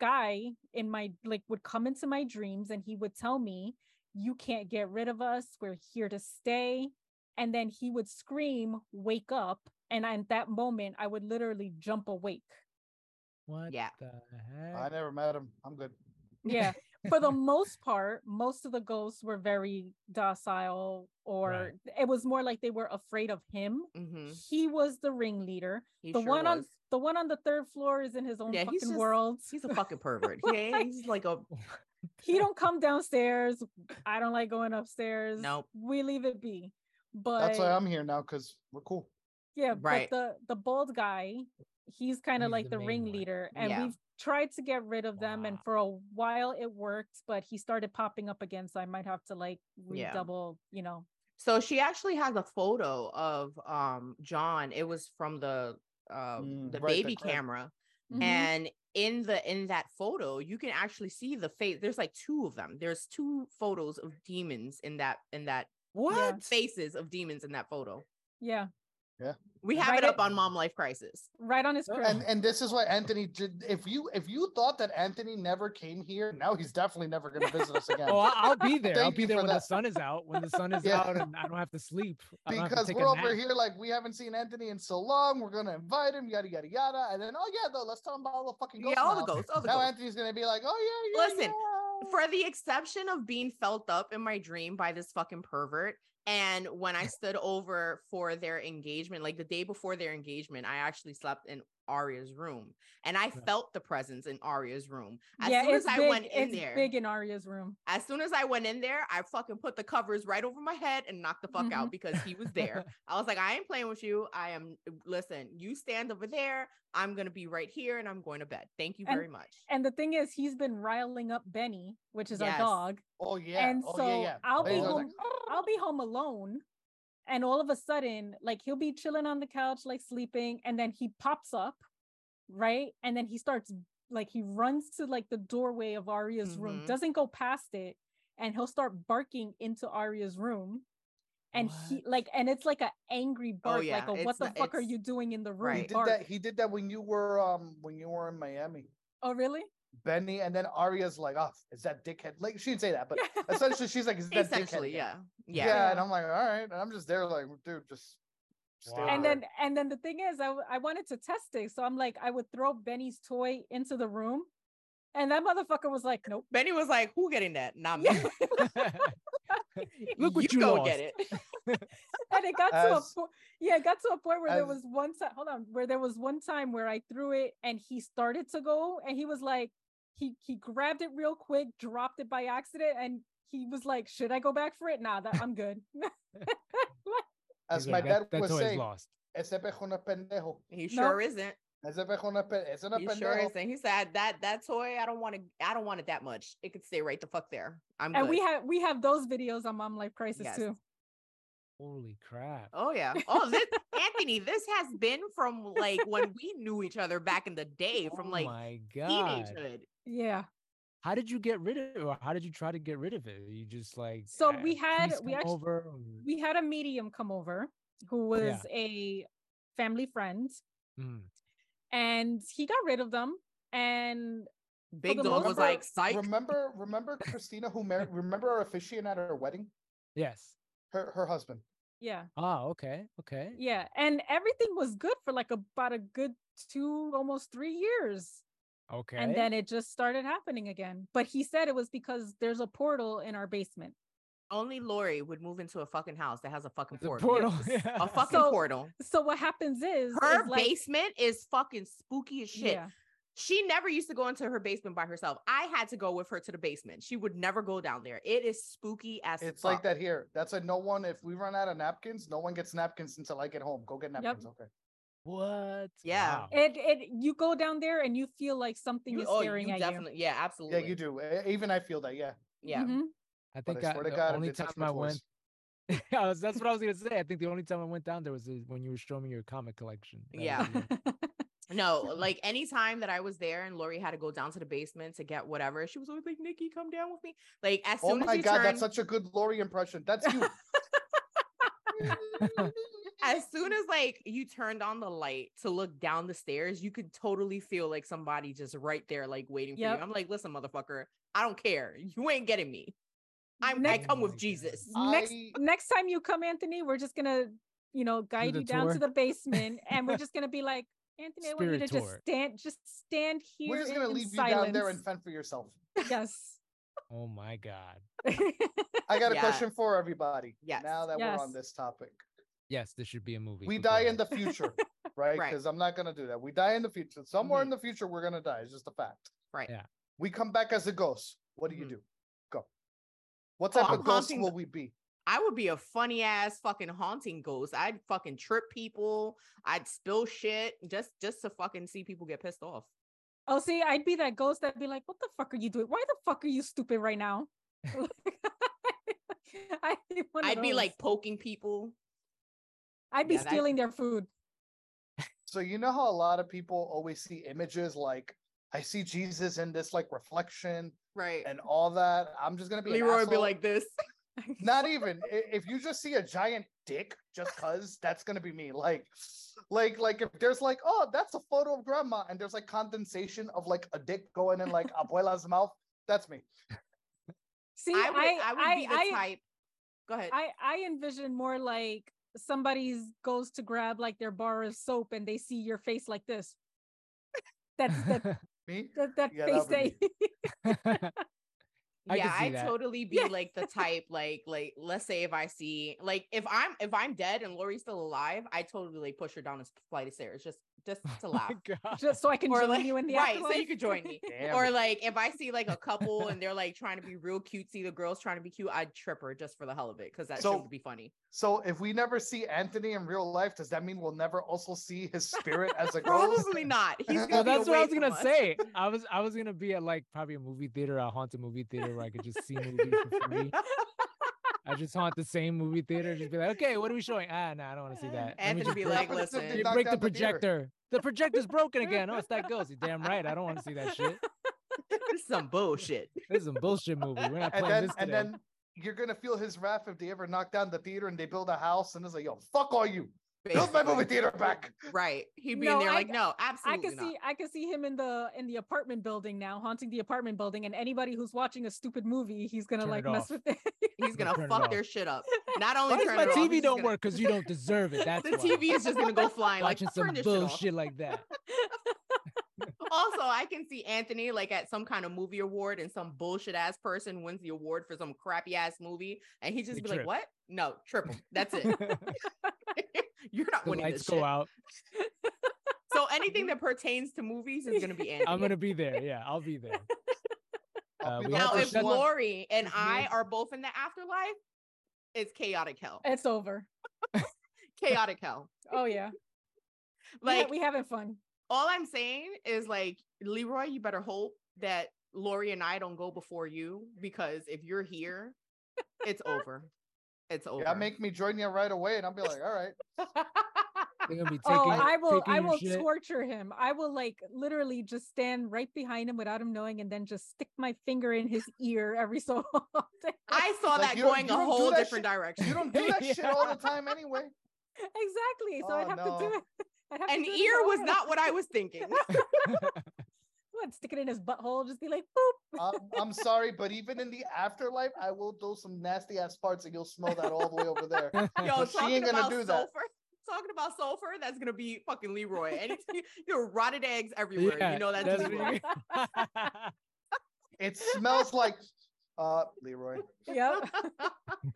S2: guy in my like would come into my dreams and he would tell me, You can't get rid of us. We're here to stay. And then he would scream, Wake up. And at that moment, I would literally jump awake.
S4: What
S1: Yeah.
S4: the
S3: I
S4: heck?
S3: never met him. I'm good.
S2: Yeah. For the most part, most of the ghosts were very docile, or
S4: Right.
S2: it was more like they were afraid of him.
S1: Mhm.
S2: He was the ringleader.
S1: He
S2: the
S1: sure
S2: one on
S1: was.
S2: the one on the third floor is in his own
S1: Yeah,
S2: fucking
S1: he's just-
S2: world.
S1: He's a fucking pervert. Yeah, he's like a
S2: he don't come downstairs. I don't like going upstairs.
S1: Nope.
S2: we leave it be. But
S3: That's why I'm here now because we're cool.
S2: yeah,
S1: Right.
S2: but the the bald guy, he's kind of
S4: He's
S2: like
S4: the
S2: the,
S4: main one.
S2: ringleader, and
S1: Yeah.
S2: we've tried to get rid of them, and
S4: Wow.
S2: for a while it worked, but he started popping up again, so I might have to like
S1: Yeah.
S2: redouble, you know.
S1: So she actually has a photo of um John. It was from the um
S3: Mm,
S1: the
S3: right, the
S1: baby
S3: crib.
S1: camera.
S2: Mhm.
S1: And in the in that photo, you can actually see the face. There's like two of them. There's two photos of demons in that in that
S4: What?
S1: faces of demons in that photo.
S2: yeah,
S1: We have
S2: Right
S1: it up
S2: at-
S1: on Mom Life Crisis.
S2: right on his
S4: Oh.
S2: crib.
S3: And and this is why Anthony did. If you if you thought that Anthony never came here, now he's definitely never going to visit us again.
S4: Oh, I- I'll be there. I'll
S3: Thank
S4: be
S3: you
S4: there
S3: for
S4: when the
S3: that.
S4: sun is out. When the sun is
S3: Yeah.
S4: out, and I don't have to sleep. I don't have to
S3: because
S4: take a
S3: we're over
S4: nap.
S3: here like we haven't seen Anthony in so long. We're gonna invite him, yada yada yada, and then oh yeah, though let's tell him about all the fucking ghosts.
S1: yeah, all the
S3: now."
S1: ghosts, all the
S3: Now
S1: ghosts.
S3: Anthony's gonna be like, oh yeah, yeah.
S1: Listen,
S3: yeah."
S1: For the exception of being felt up in my dream by this fucking pervert, and when I stood over for their engagement, like the day before their engagement, I actually slept in Arya's room, and I
S4: Yeah.
S1: felt the presence in Arya's room. As
S2: yeah,
S1: soon as
S2: it's
S1: I
S2: big-
S1: went in
S2: it's
S1: there,
S2: big in Arya's room.
S1: As soon as I went in there, I fucking put the covers right over my head and knocked the fuck out because he was there. I was like, I ain't playing with you. I am, listen, you stand over there. I'm going to be right here and I'm going to bed. Thank you
S2: And-
S1: very much.
S2: And the thing is, he's been riling up Benny, which is
S1: Yes.
S2: our dog.
S3: oh yeah,
S2: and
S3: oh
S2: so
S3: yeah, yeah.
S2: I'll
S3: Benny's
S2: be
S3: always
S2: home. I'll be home alone, and all of a sudden, like he'll be chilling on the couch, like sleeping, and then he pops up, right? And then he starts like he runs to like the doorway of Arya's room,
S1: Mhm.
S2: doesn't go past it, and he'll start barking into Arya's room. And he like, and it's like an angry bark,
S1: yeah,
S2: like a
S1: it's
S2: "What the
S1: not-
S2: fuck are
S1: it's-
S2: you doing in the room?"
S1: Right.
S3: He did
S2: bark.
S3: that. He did that when you were um when you were in Miami,
S2: Oh, really?
S3: Benny, and then Arya's like, oh, is that dickhead? Like she didn't say that, but essentially she's like, is that dickhead?
S1: Essentially,
S3: again?"
S1: yeah.
S3: yeah,
S1: Yeah.
S3: And I'm like, all right, and I'm just there like, dude, just. stay
S4: Wow.
S3: over
S2: and
S3: there."
S2: then and then the thing is I, w- I wanted to test it so i'm like i would throw benny's toy into the room and that motherfucker was like nope
S1: Benny was like, who getting that? Not me.
S2: Yeah.
S4: Look what you
S1: go
S4: lost.
S1: get it.
S2: and it got to a
S3: As-
S2: point yeah it got to a point where there was
S3: as-
S2: one time hold on where there was one time where i threw it and he started to go and he was like he he grabbed it real quick dropped it by accident and he was like should i go back for it nah that i'm good
S3: as
S4: He's
S3: my
S4: like, that-
S3: dad
S4: that
S3: was
S4: toy is
S3: saying,
S4: lost.
S3: ese pejo no es pendejo.
S1: He
S2: No.
S1: sure isn't.
S3: Ese pejo no es pe- ese no
S1: He
S3: es
S1: sure
S3: pendejo."
S1: isn't. He said that that toy, I don't want to, I don't want it that much. It could stay right the fuck there. I'm
S2: and
S1: good.
S2: we have we have those videos on mom life crisis
S1: Yes.
S2: too
S4: Holy crap!
S1: Oh yeah. Oh, this Anthony, this has been from like when we knew each other back in the day,
S4: Oh
S1: from like
S4: my god!
S1: teenagehood.
S2: yeah
S4: How did you get rid of it? Or how did you try to get rid of it? You just like
S2: So
S4: uh,
S2: we had-
S4: "Please
S2: we
S4: come
S2: actu-
S4: over. and-
S2: we had a medium come over who was
S4: Yeah.
S2: a family friend
S4: Mm,
S2: and he got rid of them and
S1: Big
S2: the
S1: Dog was
S3: remember-
S1: like, psych.
S3: Remember, remember Christina who married. Remember our officiant at her wedding.
S4: Yes.
S3: Her her husband.
S2: Yeah.
S4: Ah, okay. Okay.
S2: Yeah. And everything was good for like about a good two, almost three years.
S4: Okay.
S2: And then it just started happening again. But he said it was because there's a portal in our basement.
S1: Only Lori would move into a fucking house that has a fucking
S4: the
S1: portal.
S4: portal.
S2: Yes.
S4: yeah.
S1: A fucking
S2: So-
S1: portal.
S2: So what happens is
S1: Her
S2: is, like-
S1: basement is fucking spooky as shit.
S2: Yeah.
S1: She never used to go into her basement by herself. I had to go with her to the basement. She would never go down there. It is spooky as
S3: It's
S1: fuck.
S3: like that here. That's a no one. If we run out of napkins, no one gets napkins until I get home. Go get
S2: Yep.
S3: napkins. Okay.
S4: What?
S1: Yeah.
S4: Wow.
S2: It it you go down there and you feel like something
S1: You,
S2: is
S1: oh,
S2: staring
S1: you
S2: at you.
S1: definitely. Yeah, absolutely.
S3: Yeah, you do. E- Even I feel that. Yeah.
S1: Yeah.
S2: Mhm.
S4: I
S3: But
S4: think
S3: I
S4: I,
S3: swear to
S4: the
S3: God, if
S4: only
S3: they touch
S4: time
S3: my
S4: I
S3: toys-
S4: went. I was- that's what I was gonna say. I think the only time I went down there was uh, when you were showing me your comic collection. That was
S1: Yeah.
S4: the only-
S1: No, like anytime that I was there and Lori had to go down to the basement to get whatever, she was always like, Nikki, come down with me. Like as
S3: Oh
S1: soon
S3: my
S1: as you
S3: God,
S1: turn,
S3: that's such a good Lori impression. That's you.
S1: as soon as like you turned on the light to look down the stairs, you could totally feel like somebody just right there, like waiting
S2: Yep.
S1: for you. I'm like, listen, motherfucker, I don't care. You ain't getting me. I'm I
S2: Next-
S1: come
S4: Oh
S1: with
S4: my God.
S1: Jesus.
S2: next
S3: I-
S2: next time you come, Anthony, we're just gonna, you know, guide
S4: the
S2: you down to
S4: tour.
S2: the basement and we're just gonna be like, Anthony, I want you to just
S4: Spirit tour.
S2: stand just stand here.
S3: We're just gonna
S2: in
S3: leave
S2: silence.
S3: you down there and fend for yourself.
S2: yes.
S4: oh my god.
S3: I got a
S1: Yeah.
S3: question for everybody.
S1: Yes.
S3: Now that we're on
S2: Yes.
S3: this topic,
S4: Yes, this should be a movie.
S3: we
S4: but go
S3: die in
S4: ahead.
S3: the future, right?
S1: Right. Mm-hmm.
S3: Because I'm not gonna do that. We die in the future. Somewhere in the future, we're gonna die. It's just a fact.
S1: Right.
S4: Yeah.
S3: We come back as a ghost. What do you
S1: Mhm.
S3: do? Go. What
S1: Oh,
S3: type
S1: I'm
S3: of ghost
S1: haunting
S3: will
S1: the-
S3: we be?
S1: I would be a funny ass fucking haunting ghost. I'd fucking trip people. I'd spill shit just just to fucking see people get pissed off.
S2: Oh, see, I'd be that ghost that'd be like, "What the fuck are you doing? Why the fuck are you stupid right now?" I'd be, one of
S1: I'd be
S2: those.
S1: like poking people.
S2: I'd be
S1: yeah, that-
S2: stealing their food.
S3: So you know how a lot of people always see images like I see Jesus in this like reflection
S1: Right.
S3: and all that. I'm just gonna be an
S1: Leroy would be
S3: asshole.
S1: like this.
S3: not even i- if you just see a giant dick just cuz that's going to be me like like like if there's like oh that's a photo of grandma and there's like condensation of like a dick going in like abuela's mouth that's me
S2: See,
S1: I would I,
S2: I,
S1: would be the type. Go ahead.
S2: I I envision more like somebody's goes to grab like their bar of soap and they see your face like this. That's that
S3: me
S2: that, that
S3: Yeah,
S2: face
S3: that would
S2: that
S4: I
S1: yeah,
S4: could see
S1: I
S4: that.
S1: totally be
S2: Yeah.
S1: like the type, like, like let's say if I see like if I'm if I'm dead and Lori's still alive, I totally like, push her down a s- flight of stairs just just to
S4: Oh my
S1: laugh.
S4: God.
S2: just so I can join
S1: like
S2: you in the
S1: right,
S2: afterlife.
S1: so you could join me.
S3: Damn
S1: or
S3: it.
S1: like if I see like a couple and they're like trying to be real cutesy, the girl's trying to be cute, I'd trip her just for the hell of it because that shit
S3: So-
S1: would be funny.
S3: so if we never see anthony in real life does that mean we'll never also see his spirit as a ghost
S1: Probably not. He's
S3: Well,
S1: gonna
S4: Well,
S1: be
S4: that's what I
S1: away
S4: was
S1: from
S4: gonna
S1: us.
S4: say. I was I was gonna be at like probably a movie theater, a haunted movie theater where I could just see movies for free. I just haunt the same movie theater, just be like, okay, what are we showing? Ah, no, I don't want to see that. Let me
S1: Anthony
S4: just
S1: be
S4: break-
S1: like,
S3: What happens if
S1: listen,
S3: they
S4: you
S3: knock
S4: break the
S3: down the theater?"
S4: projector. The projector's broken again. Oh, it's that ghost. You're damn right. I don't want to see that shit.
S1: this is some bullshit.
S4: This is a bullshit movie. We're not
S3: and
S4: playing
S3: then
S4: this
S3: and
S4: today.
S3: then you're gonna feel his wrath if they ever knock down the theater and they build a house and it's like yo fuck all you build my
S1: basically.
S3: movie theater back
S1: Right. He'd be
S2: No,
S1: in there
S2: I-
S1: like, no,
S2: I
S1: absolutely
S2: can
S1: not.
S2: see I can see him in the in the apartment building now, haunting the apartment building, and anybody who's watching a stupid movie, he's gonna
S4: Turn
S2: like
S4: it
S2: mess
S4: off.
S2: with it.
S1: He's
S4: Gonna
S1: gonna
S4: turn it
S1: fuck
S4: off.
S1: their shit up. Not only
S4: Why does
S1: turn
S4: my
S1: Oh, it off,
S4: TV
S1: he's
S4: don't
S1: gonna-
S4: work? Because you don't deserve it. That's
S1: The
S4: why.
S1: TV is just gonna go flying. Like
S4: watching
S1: turn
S4: some
S1: this shit off.
S4: bullshit like that.
S1: Also, I can see Anthony like at some kind of movie award and some bullshit ass person wins the award for some crappy ass movie, and he just
S4: They
S1: be like,
S4: trip.
S1: "What? No, triple. That's it. You're not
S4: the
S1: winning
S4: lights
S1: this
S4: go
S1: shit."
S4: out.
S1: So anything that pertains to movies is gonna be Anthony.
S4: I'm gonna be there. Yeah, I'll be there.
S3: I'll
S4: Uh,
S3: be
S4: we
S3: the
S4: have
S1: now,
S4: to
S1: if
S3: first
S4: shut- Mm-hmm.
S3: one.
S1: Lori and
S3: Just
S1: I
S3: move.
S1: are both in the afterlife, it's chaotic hell.
S2: it's over.
S1: Chaotic hell.
S2: Oh yeah. We ha-
S1: Like
S2: we having fun.
S1: all I'm saying is like Leroy, you better hope that Lori and I don't go before you because if you're here, it's over. It's over.
S3: yeah make me join you right away and i'll be like all right
S4: They're gonna be taking.
S2: oh, I will
S4: taking
S2: I
S4: your
S2: will
S4: shit.
S2: torture him. I will like literally just stand right behind him without him knowing and then just stick my finger in his ear every so often.
S1: I saw
S3: Like,
S1: that
S3: you don't-
S1: going
S3: you
S1: a
S3: don't do
S1: whole
S3: that
S1: different
S3: shit.
S1: direction.
S3: You don't do that shit all the time anyway.
S2: exactly. So
S3: Oh,
S2: I'd have to do
S3: no.
S2: it. I'd have to
S1: An
S2: do it
S1: ear
S2: without
S1: was
S2: him.
S1: not what I was thinking.
S2: Well, What? Stick it in his butthole. Just be like, boop.
S3: I'm, I'm sorry, but even in the afterlife, I will throw some nasty ass parts and you'll smell that all the way over there.
S1: Yo,
S3: But she
S1: talking
S3: ain't gonna
S1: about
S3: do
S1: sulfur.
S3: that.
S1: Talking about sulfur, that's gonna be fucking Leroy. And it's- you're rotted eggs everywhere. you know that's,
S4: that's
S1: Leroy.
S4: what you-
S3: It smells like uh Leroy.
S2: Yep.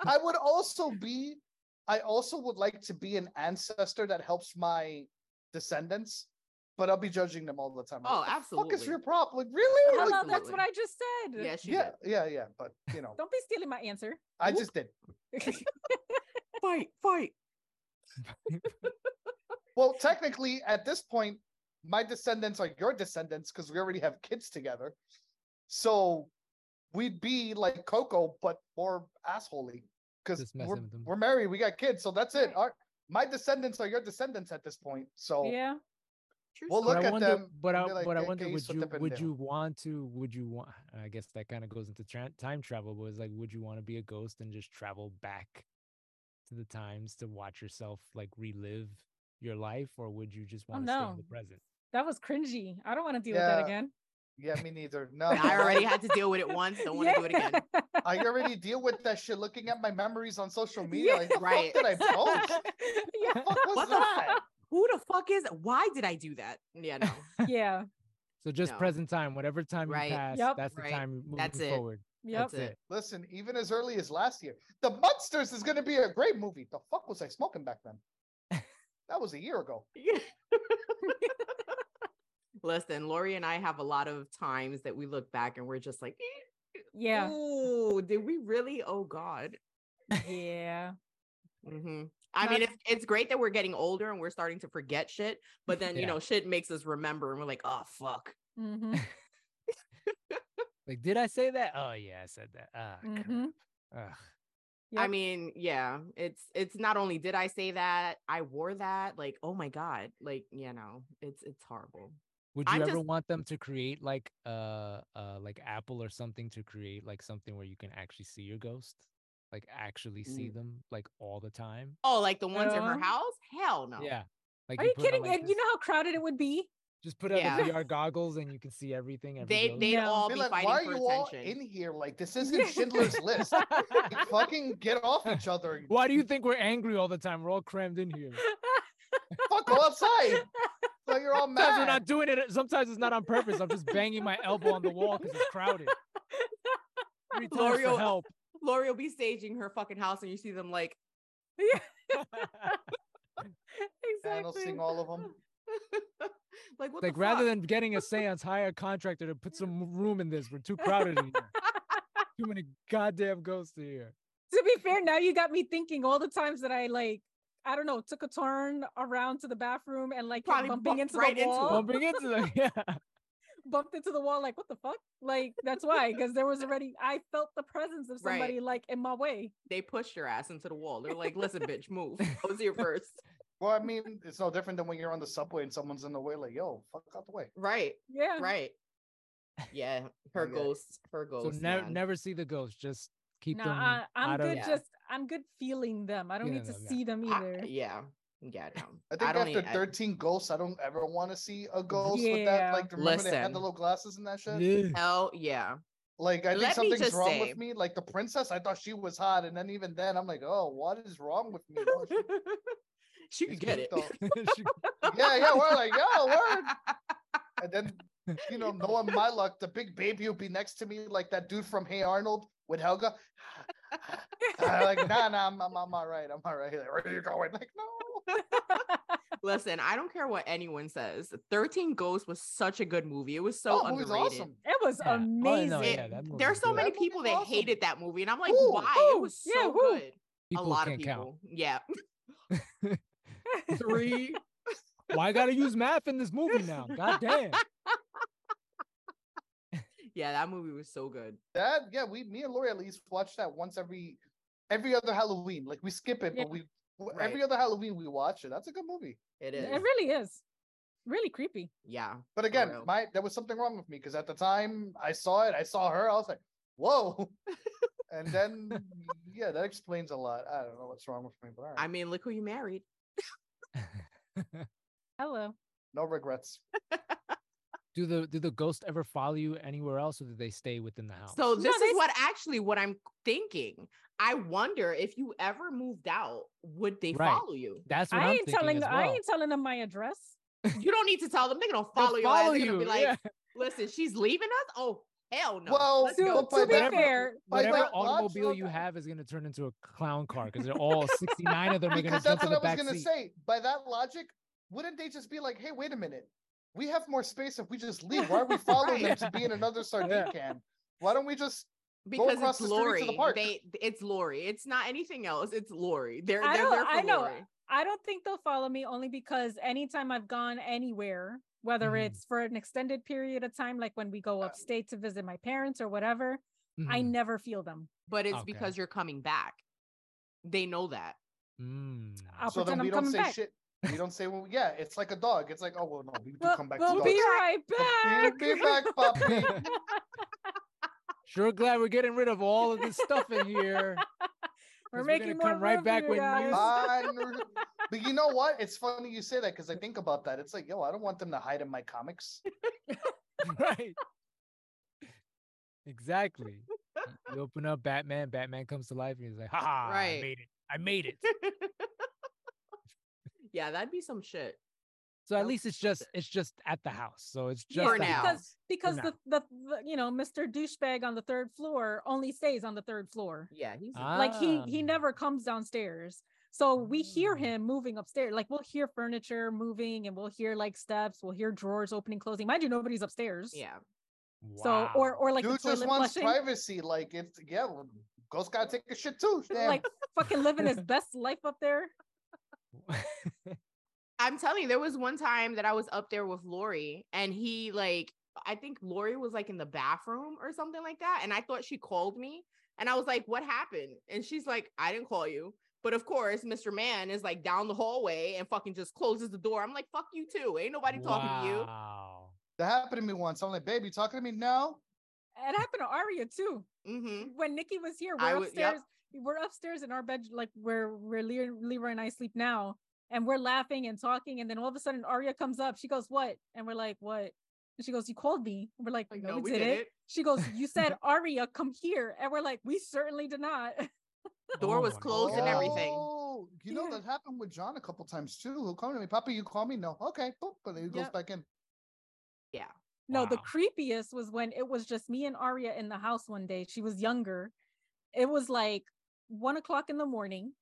S3: I would also be, I also would like to be an ancestor that helps my descendants, but I'll be judging them all the time.
S1: Oh,
S3: Like, "The Fuck
S1: absolutely.
S3: is your problem? Like, really?
S2: Hello,
S3: Like,
S2: that's
S1: Absolutely.
S2: what I just said.
S1: yeah, she
S3: yeah,
S1: did.
S3: yeah, yeah. But you know,
S2: Don't be stealing my answer.
S3: I just did.
S1: Fight, fight.
S3: Well, technically, at this point, my descendants are your descendants because we already have kids together. So we'd be like Coco, but more assholey because
S4: Just messing
S3: we're,
S4: with them.
S3: we're married, we got kids, so that's it.
S2: Right.
S3: Our, my descendants are your descendants at this point. So
S2: Yeah.
S1: True
S3: Well,
S1: story.
S3: look
S4: but I
S3: at
S4: wonder,
S3: them
S4: But
S3: and
S4: I,
S3: be like,
S4: but I
S3: "Que-
S4: wonder,
S3: que
S4: would
S3: hizo
S4: you,
S3: este
S4: would
S3: pendejo?"
S4: you want to, would you want, I guess that kind of goes into tra- time travel, but it's like, would you want to be a ghost and just travel back to the times to watch yourself like relive your life? Or would you
S1: Oh,
S4: just want to stay in the
S2: no.
S4: present?
S2: That was cringy. I don't want to deal with that
S3: Yeah.
S2: again.
S3: yeah, me neither. No,
S1: I already had to deal with it once. Don't want to do it again.
S3: I already deal with that shit looking at my memories on social media.
S2: Yeah.
S3: Like, what
S1: Right.
S3: the fuck did I post?
S2: yeah.
S3: What was
S1: What the
S3: that?
S1: Who the fuck is? Why did I do that? Yeah, no.
S2: Yeah.
S4: So just
S1: No.
S4: present time, whatever time
S1: Right.
S4: you pass,
S2: Yep.
S4: that's
S1: Right.
S4: the time moving
S1: That's it.
S4: forward.
S2: Yep.
S1: That's it.
S3: Listen, even as early as last year, The Munsters is going to be a great movie. The fuck was I smoking back then? that was a year ago.
S1: Listen, Lori and I have a lot of times that we look back and we're just like,
S2: Yeah.
S1: oh, did we really? Oh God.
S2: Yeah.
S1: hmm I
S2: Not-
S1: mean, it's, it's great that we're getting older and we're starting to forget shit, but then, you
S4: Yeah.
S1: know, shit makes us remember and we're like, oh, fuck.
S2: Mm-hmm.
S4: Like, did I say that? Oh yeah, I said that. Ah, crap.
S2: Mhm.
S4: Ugh.
S1: I
S2: Yep.
S1: mean, yeah, it's, it's not only did I say that, I wore that. Like, oh my God. Like, you know, it's, it's horrible.
S4: Would you
S1: I'm
S4: ever
S1: just-
S4: want them to create like uh uh like Apple or something to create like something where you can actually see your ghost? Like actually see
S1: Mm.
S4: them like all the time?
S1: Oh, like the ones in her
S2: Yeah.
S1: house? Hell no.
S4: Yeah. Like
S2: Are you
S4: put on,
S2: kidding?
S4: like,
S2: and you
S4: this-
S2: know how crowded it would be?
S4: just put on
S1: Yeah.
S4: the VR goggles and you can see everything. every
S1: They,
S4: ghost.
S1: they'd
S2: Yeah.
S1: all
S3: Be
S1: be
S3: like,
S1: fighting
S3: why are
S1: for
S3: you all
S1: attention.
S3: in here? Like, this isn't
S2: Yeah.
S3: Schindler's List. Like, fucking get off each other. and
S4: Why do you think we're angry all the time? We're all crammed in here.
S3: Fuck, go outside. So you're all
S4: Sometimes we're
S3: mad.
S4: not doing it. uh, Sometimes it's not on purpose. I'm just banging my elbow on the wall because it's crowded. Three times for
S1: L'Oreal-
S4: help.
S1: Lori will be staging her fucking house and you see them like,
S3: And I'll
S2: exactly.
S3: sing all of them.
S1: like, what
S4: like
S1: the
S4: rather
S1: fuck?
S4: than getting a seance, hire a contractor to put some room in this. We're too crowded in here. Too many goddamn ghosts in here.
S2: to be fair, now you got me thinking all the times that I like, I don't know, took a turn around to the bathroom and like kept
S1: Probably
S2: bumping
S1: bumped
S2: into
S1: right
S2: the
S1: into
S2: wall,
S4: Bumping into them. Yeah.
S2: bumped into the wall, like what the fuck? Like that's why, because there was already I felt the presence of
S1: Right.
S2: somebody like in my way.
S1: they pushed your ass into the wall. They're like, listen, bitch, move. I was here first.
S3: Well, I mean, it's no different than when you're on the subway and someone's in the way, like, yo, fuck out the way.
S1: Right,
S2: Yeah.
S1: right. Yeah, her
S3: yeah.
S1: ghost, her
S4: So
S1: ghost.
S4: never
S1: man.
S4: never see the ghost. Just keep
S2: No,
S4: them
S2: I, uh, I'm
S4: out of
S2: good.
S1: Yeah.
S2: Just I'm good feeling them. I don't
S4: Yeah,
S2: need to
S4: no, yeah.
S2: see them
S1: I-
S2: either.
S1: yeah, yeah, no.
S3: I think
S1: don't
S3: after
S1: e- I-
S3: 13 ghosts, I don't ever want to see a ghost with that.
S2: Yeah.
S3: Like, remember they
S1: Listen.
S3: had the little glasses and that shit?
S4: Yeah.
S1: hell yeah.
S3: Like, I think
S1: Let me
S3: something's
S1: just
S3: wrong
S1: say-
S3: with me. Like, the princess, I thought she was hot. And then even then, I'm like, oh, what is wrong with me? Oh,
S1: she
S3: she-
S1: could
S3: she's
S1: get it.
S3: picked on.
S4: She-
S3: yeah, yeah, we're like, yo, word. And then, you know, knowing my luck, the big baby will be next to me, like that dude from Hey Arnold with Helga. I'm like, nah, nah, I'm, I'm, I'm all right. I'm all right. Like, where are you going? Like, no.
S1: Listen, I don't care what anyone says. 13 Ghosts was such a good movie. It was so
S3: oh, movie's
S1: underrated.
S3: awesome.
S2: It was
S4: Yeah. Oh,
S2: amazing.
S4: no,
S1: It-
S4: yeah, that movie
S1: There are
S4: was
S1: so
S4: good.
S1: many
S3: That movie's
S1: people that
S3: awesome.
S1: hated that movie, and I'm like,
S3: Who?
S1: why?
S2: Who?
S1: It was so
S2: Yeah, who?
S1: good. a
S4: People
S1: lot of
S4: can't
S1: people.
S4: count.
S1: Yeah. Three.
S4: Why I gotta use math in this movie now? God damn.
S1: yeah, that movie was so good.
S3: That yeah, we me and Lori at least watch that once every every other Halloween. Like we skip it,
S2: Yeah.
S3: but we w-
S1: Right.
S3: every other Halloween we watch it. That's a good movie.
S1: It is.
S2: It really is. Really creepy.
S1: yeah.
S3: But again,
S1: real.
S3: my there was something wrong with me because at the time I saw it, I saw her, I was like, whoa. and then yeah, that explains a lot. I don't know what's wrong with me, but all right.
S1: I mean, look who you married.
S2: Hello.
S3: no regrets.
S4: do the do the ghosts ever follow you anywhere else, or do they stay within the house?
S1: So
S2: No,
S1: this
S2: they
S1: is what actually what I'm thinking. I wonder if you ever moved out, would they
S4: Right.
S1: follow you?
S4: that's what
S2: I
S4: am
S2: ain't
S4: thinking
S2: telling
S4: as
S2: the,
S4: well.
S2: I ain't telling them my address.
S1: You don't need to tell them. They're gonna
S4: They'll
S1: follow you. Follow you.
S4: you,
S1: be like,
S4: yeah.
S1: listen, she's leaving us. Oh hell no.
S3: Well,
S1: Let's
S3: to-
S1: go.
S3: to be
S4: Whatever-
S2: fair,
S3: By
S4: whatever
S3: that logic-
S4: automobile you have is going to turn into a clown car because they're all 69 of them are going to
S3: because
S4: jump
S3: that's what I
S4: in the
S3: was
S4: back
S3: gonna
S4: seat.
S3: say. By that logic, wouldn't they just be like, "Hey, wait a minute, we have more space if we just leave. Why are we following
S1: Right.
S3: them to be in another sardine
S4: Yeah.
S3: can? Why don't we just?"
S1: because
S3: across
S1: it's
S3: the street to the
S1: Lori.
S3: park.
S1: They it's Lori. It's not anything else. It's Lori. They're
S2: I
S1: they're
S2: know-
S1: there for
S2: I know.
S1: Lori.
S2: I don't think they'll follow me only because anytime I've gone anywhere, whether
S4: Mhm.
S2: it's for an extended period of time, like when we go
S3: Uh,
S2: upstate to visit my parents or whatever, I
S4: Mhm.
S2: never feel them.
S1: But it's
S4: Okay.
S1: because you're coming back. They know that.
S4: Mm.
S2: I'll
S3: so then
S2: pretend I'm
S3: we don't
S2: coming
S3: say
S2: back.
S3: shit. We don't say, "Well, yeah." It's like a dog. It's like, "Oh well, no, we do
S2: We'll,
S3: come back."
S2: we'll
S3: to
S2: be
S3: dogs.
S2: right back.
S3: We'll be back, puppy.
S4: hmm. Sure, glad we're getting rid of all of this stuff in here.
S2: We're
S4: 'cause we're gonna
S2: making more
S4: come right
S2: room
S4: back
S2: for you
S4: when
S2: guys.
S4: news-
S3: Fine. but you know what? It's funny you say that because I think about that. It's like, yo, I don't want them to hide in my comics.
S4: right. Exactly. You- You open up Batman, Batman comes to life, and he's like, ha ha, I
S1: Right.
S4: made it. I made it.
S1: yeah, that'd be some shit.
S4: So at
S1: Nope.
S4: least it's just it's just at the house. So it's
S2: Yeah,
S4: just
S1: For
S4: the
S1: now.
S4: house.
S2: because the,
S4: now.
S2: the, the you know Mr. douchebag on the third floor only stays on the third floor.
S1: Yeah, he's
S2: Like he he
S4: Ah.
S2: never comes downstairs. So we hear
S4: Mm.
S2: him moving upstairs. Like we'll hear furniture moving and we'll hear like steps, we'll hear drawers opening, closing. Mind you, nobody's upstairs.
S1: yeah.
S2: So or
S4: Wow.
S2: or like
S3: Dude
S2: the toilet
S3: just wants
S2: flushing.
S3: privacy. Like it's yeah, well, ghost gotta take a shit too. Damn.
S2: Like fucking living his best life up there.
S1: I'm telling you, there was one time that I was up there with Lori and he like I think Lori was like in the bathroom or something like that. And I thought she called me. And I was like, what happened? And she's like, I didn't call you. But of course, Mr. Man is like down the hallway and fucking just closes the door. I'm like, fuck you too. Ain't nobody talking to you.
S4: Wow.
S3: that happened to me once. I'm like, babe, you talking to me now?
S2: It happened to Aria too.
S1: hmm
S2: When Nikki was here,
S1: I
S2: we're
S1: would- yep.
S2: upstairs. We're upstairs in our bed, like where where Le- Leroy and I sleep now, and we're laughing and talking. And then all of a sudden, Aria comes up. She goes, "What?" And we're like, "What?" And she goes, "You called me." And we're like,
S1: Like,
S2: "No, we, did it." She goes, "You said Aria, come here," and we're like, "We certainly did not."
S1: Door
S4: Oh
S1: was
S4: my
S1: closed and everything.
S3: Oh, you know
S2: Yeah.
S3: that happened with John a couple times too. He'll come to me, Papa, you call me? No. Okay, boop, and then he goes
S2: Yep.
S3: back in.
S2: No, the
S4: Wow.
S2: creepiest was when it was just me and Aria in the house one day. She was younger. It was like one o'clock in the morning,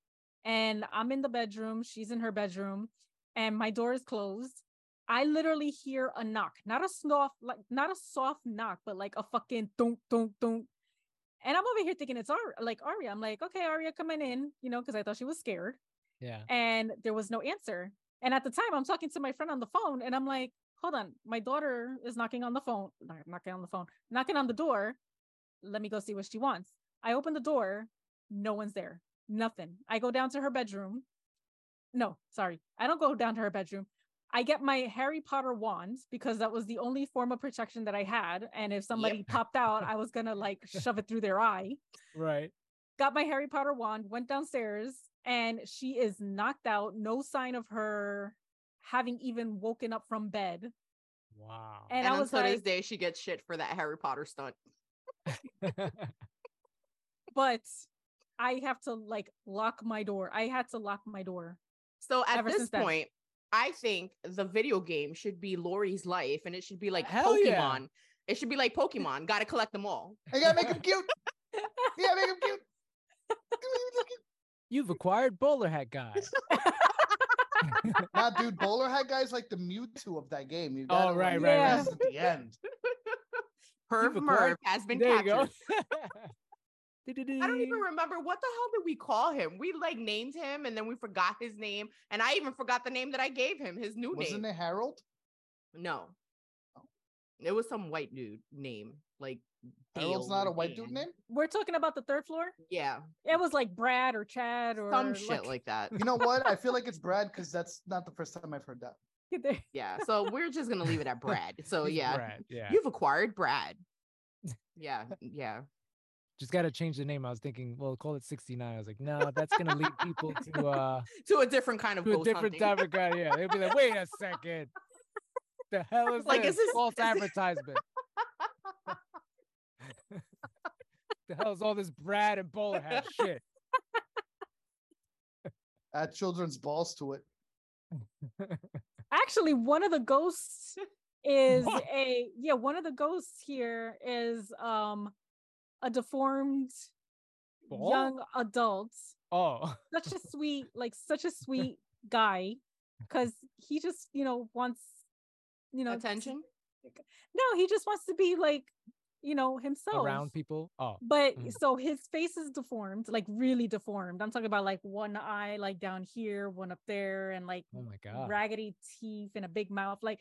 S2: and I'm in the bedroom. She's in her bedroom, and my door is closed. I literally hear a knock, not a soft, like not a soft knock, but like a fucking thunk, thunk, thunk. And I'm over here thinking it's Aria, like Aria. I'm like, okay, Aria, coming in, you know, because I thought she was scared
S4: Yeah.
S2: and there was no answer. And at the time, I'm talking to my friend on the phone, and I'm like, "Hold on, my daughter is knocking on the phone, not knocking on the phone, knocking on the door. Let me go see what she wants." I open the door, no one's there, nothing. I go down to her bedroom. No, sorry, I don't go down to her bedroom. I get my Harry Potter wand because that was the only form of protection that I had, and if somebody popped out, I was gonna like shove it through their eye
S4: Right.
S2: got my Harry Potter wand, went downstairs, and she is knocked out. No sign of her having even woken up from bed.
S4: Wow.
S2: And,
S1: And,
S2: I was
S1: until this
S2: like,
S1: day, she gets shit for that Harry Potter stunt.
S2: but I have to like lock my door. I had to lock my door.
S1: So at
S2: Ever
S1: this
S2: since then.
S1: point, I think the video game should be Lori's life and it should be like
S4: Hell
S1: Pokemon.
S4: yeah.
S1: It should be like Pokemon. Gotta collect them all.
S3: I gotta make him cute. Yeah, make him cute.
S4: You've acquired bowler hat guy.
S3: Nah, dude, bowler hat guy's like the Mewtwo of that game. You gotta
S4: Oh, right,
S3: like,
S2: right, right.
S3: rest at the end.
S1: Perv
S4: Diva
S1: Merv
S4: Clark.
S1: has been
S4: there you go.
S1: captured. I don't even remember what the hell did we call him? We like named him and then we forgot his name. And I even forgot the name that I gave him, his new
S3: Wasn't
S1: name.
S3: it Harold?
S1: No.
S3: Oh.
S1: It was some white dude name. Like
S3: Harold's
S1: Dale
S3: Oh, not a
S1: or
S3: white dude
S1: Dan.
S3: name.
S2: We're talking about the third floor.
S1: Yeah.
S2: It was like Brad or Chad or
S1: Some shit like, that.
S3: You know what? I feel like it's Brad because that's not the first time I've heard that.
S1: Yeah. So we're just gonna leave it at Brad. So
S4: He's
S1: yeah.
S4: Brad, Yeah.
S1: You've acquired Brad. Yeah, yeah.
S4: Just got to change the name. I was thinking, well, call it 69. I was like, no, that's going to lead people to uh
S1: To a different kind of
S4: to a
S1: ghost
S4: different
S1: hunting.
S4: type of guy. Yeah. They'll be like, wait a second. the hell is
S1: Like,
S4: this?
S1: is this-
S4: false
S1: is this-
S4: advertisement? the hell is all this Brad and bowler hat shit?
S3: Add children's balls to it.
S2: Actually, one of the ghosts is
S4: What?
S2: a yeah, one of the ghosts here is um a deformed
S4: Ball?
S2: young adult.
S4: Oh,
S2: Such a sweet, like such a sweet guy cuz he just, you know, wants you know to-
S1: Attention.
S2: No, he just wants to be like, you know, himself.
S4: around people. Oh,
S2: But
S4: Mm.
S2: so his face is deformed, like really deformed. I'm talking about like one eye like down here, one up there and like
S4: oh my god.
S2: raggedy teeth and a big mouth, like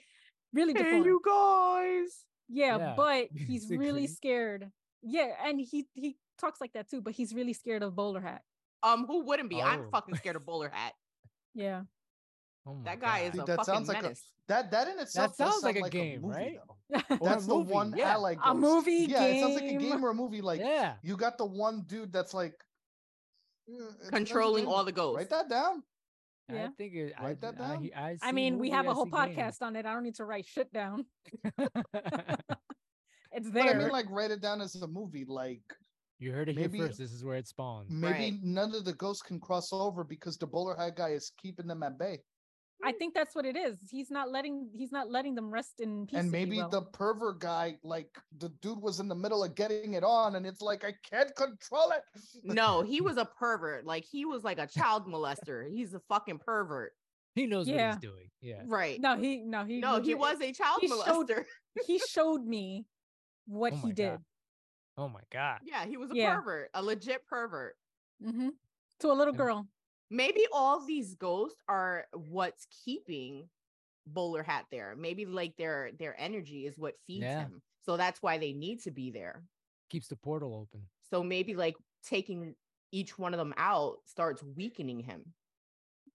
S2: really
S1: Hey,
S2: deformed.
S1: you guys.
S2: yeah,
S4: Yeah.
S2: but he's
S4: Sick
S2: really
S4: creep.
S2: scared. Yeah, and he he talks like that too, but he's really scared of bowler hat.
S1: Um, who wouldn't be? I'm
S4: Oh.
S1: fucking scared of bowler hat.
S2: Yeah,
S4: Oh my
S1: That guy is
S3: See,
S1: a
S3: that
S1: fucking
S3: sounds like a-
S1: menace.
S3: That that in itself does
S4: sounds
S3: sound
S4: like a
S3: a
S4: game,
S3: movie,
S4: right?
S3: though.
S4: Or a
S3: That's the
S4: movie,
S3: one
S4: yeah.
S3: I like.
S2: a movie
S3: Yeah, it sounds like a
S2: game.
S3: game or a movie. Like
S4: yeah.
S3: you got the one dude that's like "Eh, it becomes a
S1: Controlling all
S3: game."
S1: the ghosts.
S3: Write that down.
S2: Yeah.
S4: I think it, I,
S3: Write that
S4: I,
S3: down.
S4: he- I,
S2: I
S4: see
S2: mean, we
S4: movie,
S2: have
S4: I
S2: a whole
S4: see game.
S2: podcast on it. I don't need to write shit down. It's
S3: But
S2: there.
S3: I mean, like write it down as a movie. Like
S4: you heard it
S3: Maybe-
S4: here first. This is where it spawned.
S3: maybe
S1: Right.
S3: none of the ghosts can cross over because the bowler hat guy is keeping them at bay.
S2: I think that's what it is. He's not letting he's not letting them rest in peace.
S3: and
S2: if you
S3: maybe
S2: will.
S3: the pervert guy, like the dude was in the middle of getting it on, and it's like I can't control it.
S1: No, he was a pervert. Like he was like a child molester. He's a fucking pervert.
S4: He knows
S2: Yeah.
S4: what he's doing. Yeah.
S1: Right.
S2: no he no he
S1: No, he
S2: legit-
S1: was a child
S2: he showed-
S1: molester.
S2: he showed me what
S4: Oh
S2: he
S4: my
S2: did
S4: God. Oh my god.
S1: Yeah, he was a
S2: Yeah.
S1: pervert, a legit pervert.
S2: hmm to a little
S4: Yeah.
S2: girl.
S1: Maybe all these ghosts are what's keeping Bowler Hat there. Maybe like their their energy is what feeds
S4: Yeah.
S1: him. So that's why they need to be there.
S4: Keeps the portal open.
S1: So maybe like taking each one of them out starts weakening him.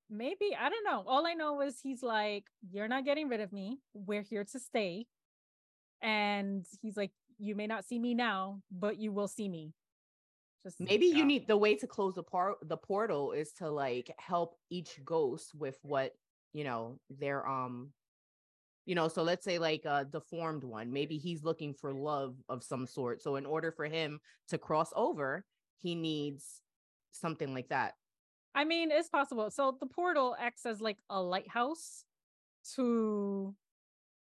S2: Maybe I don't know. All I know is he's like, "You're not getting rid of me. We're here to stay," and he's like, "You may not see me now, but you will see me." Just
S1: Maybe you
S4: Yeah.
S1: need the way to close the part the portal is to like help each ghost with what you know their um you know so let's say like a deformed one maybe he's looking for love of some sort so in order for him to cross over he needs something like that
S2: I mean, it's possible. So the portal acts as like a lighthouse to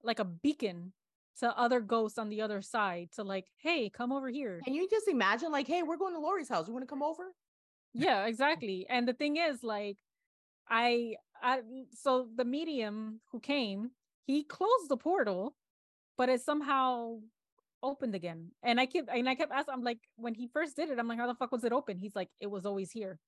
S2: like a beacon to other ghosts on the other side to like, hey, come over here.
S1: can you just imagine like hey we're going to Lori's house you want to come over
S2: yeah, exactly. And the thing is, like, I I mm, so the medium who came, he closed the portal, but it somehow opened again. And I kept and I kept asking, I'm like, when he first did it, I'm like, how the fuck was it open? He's like, it was always here.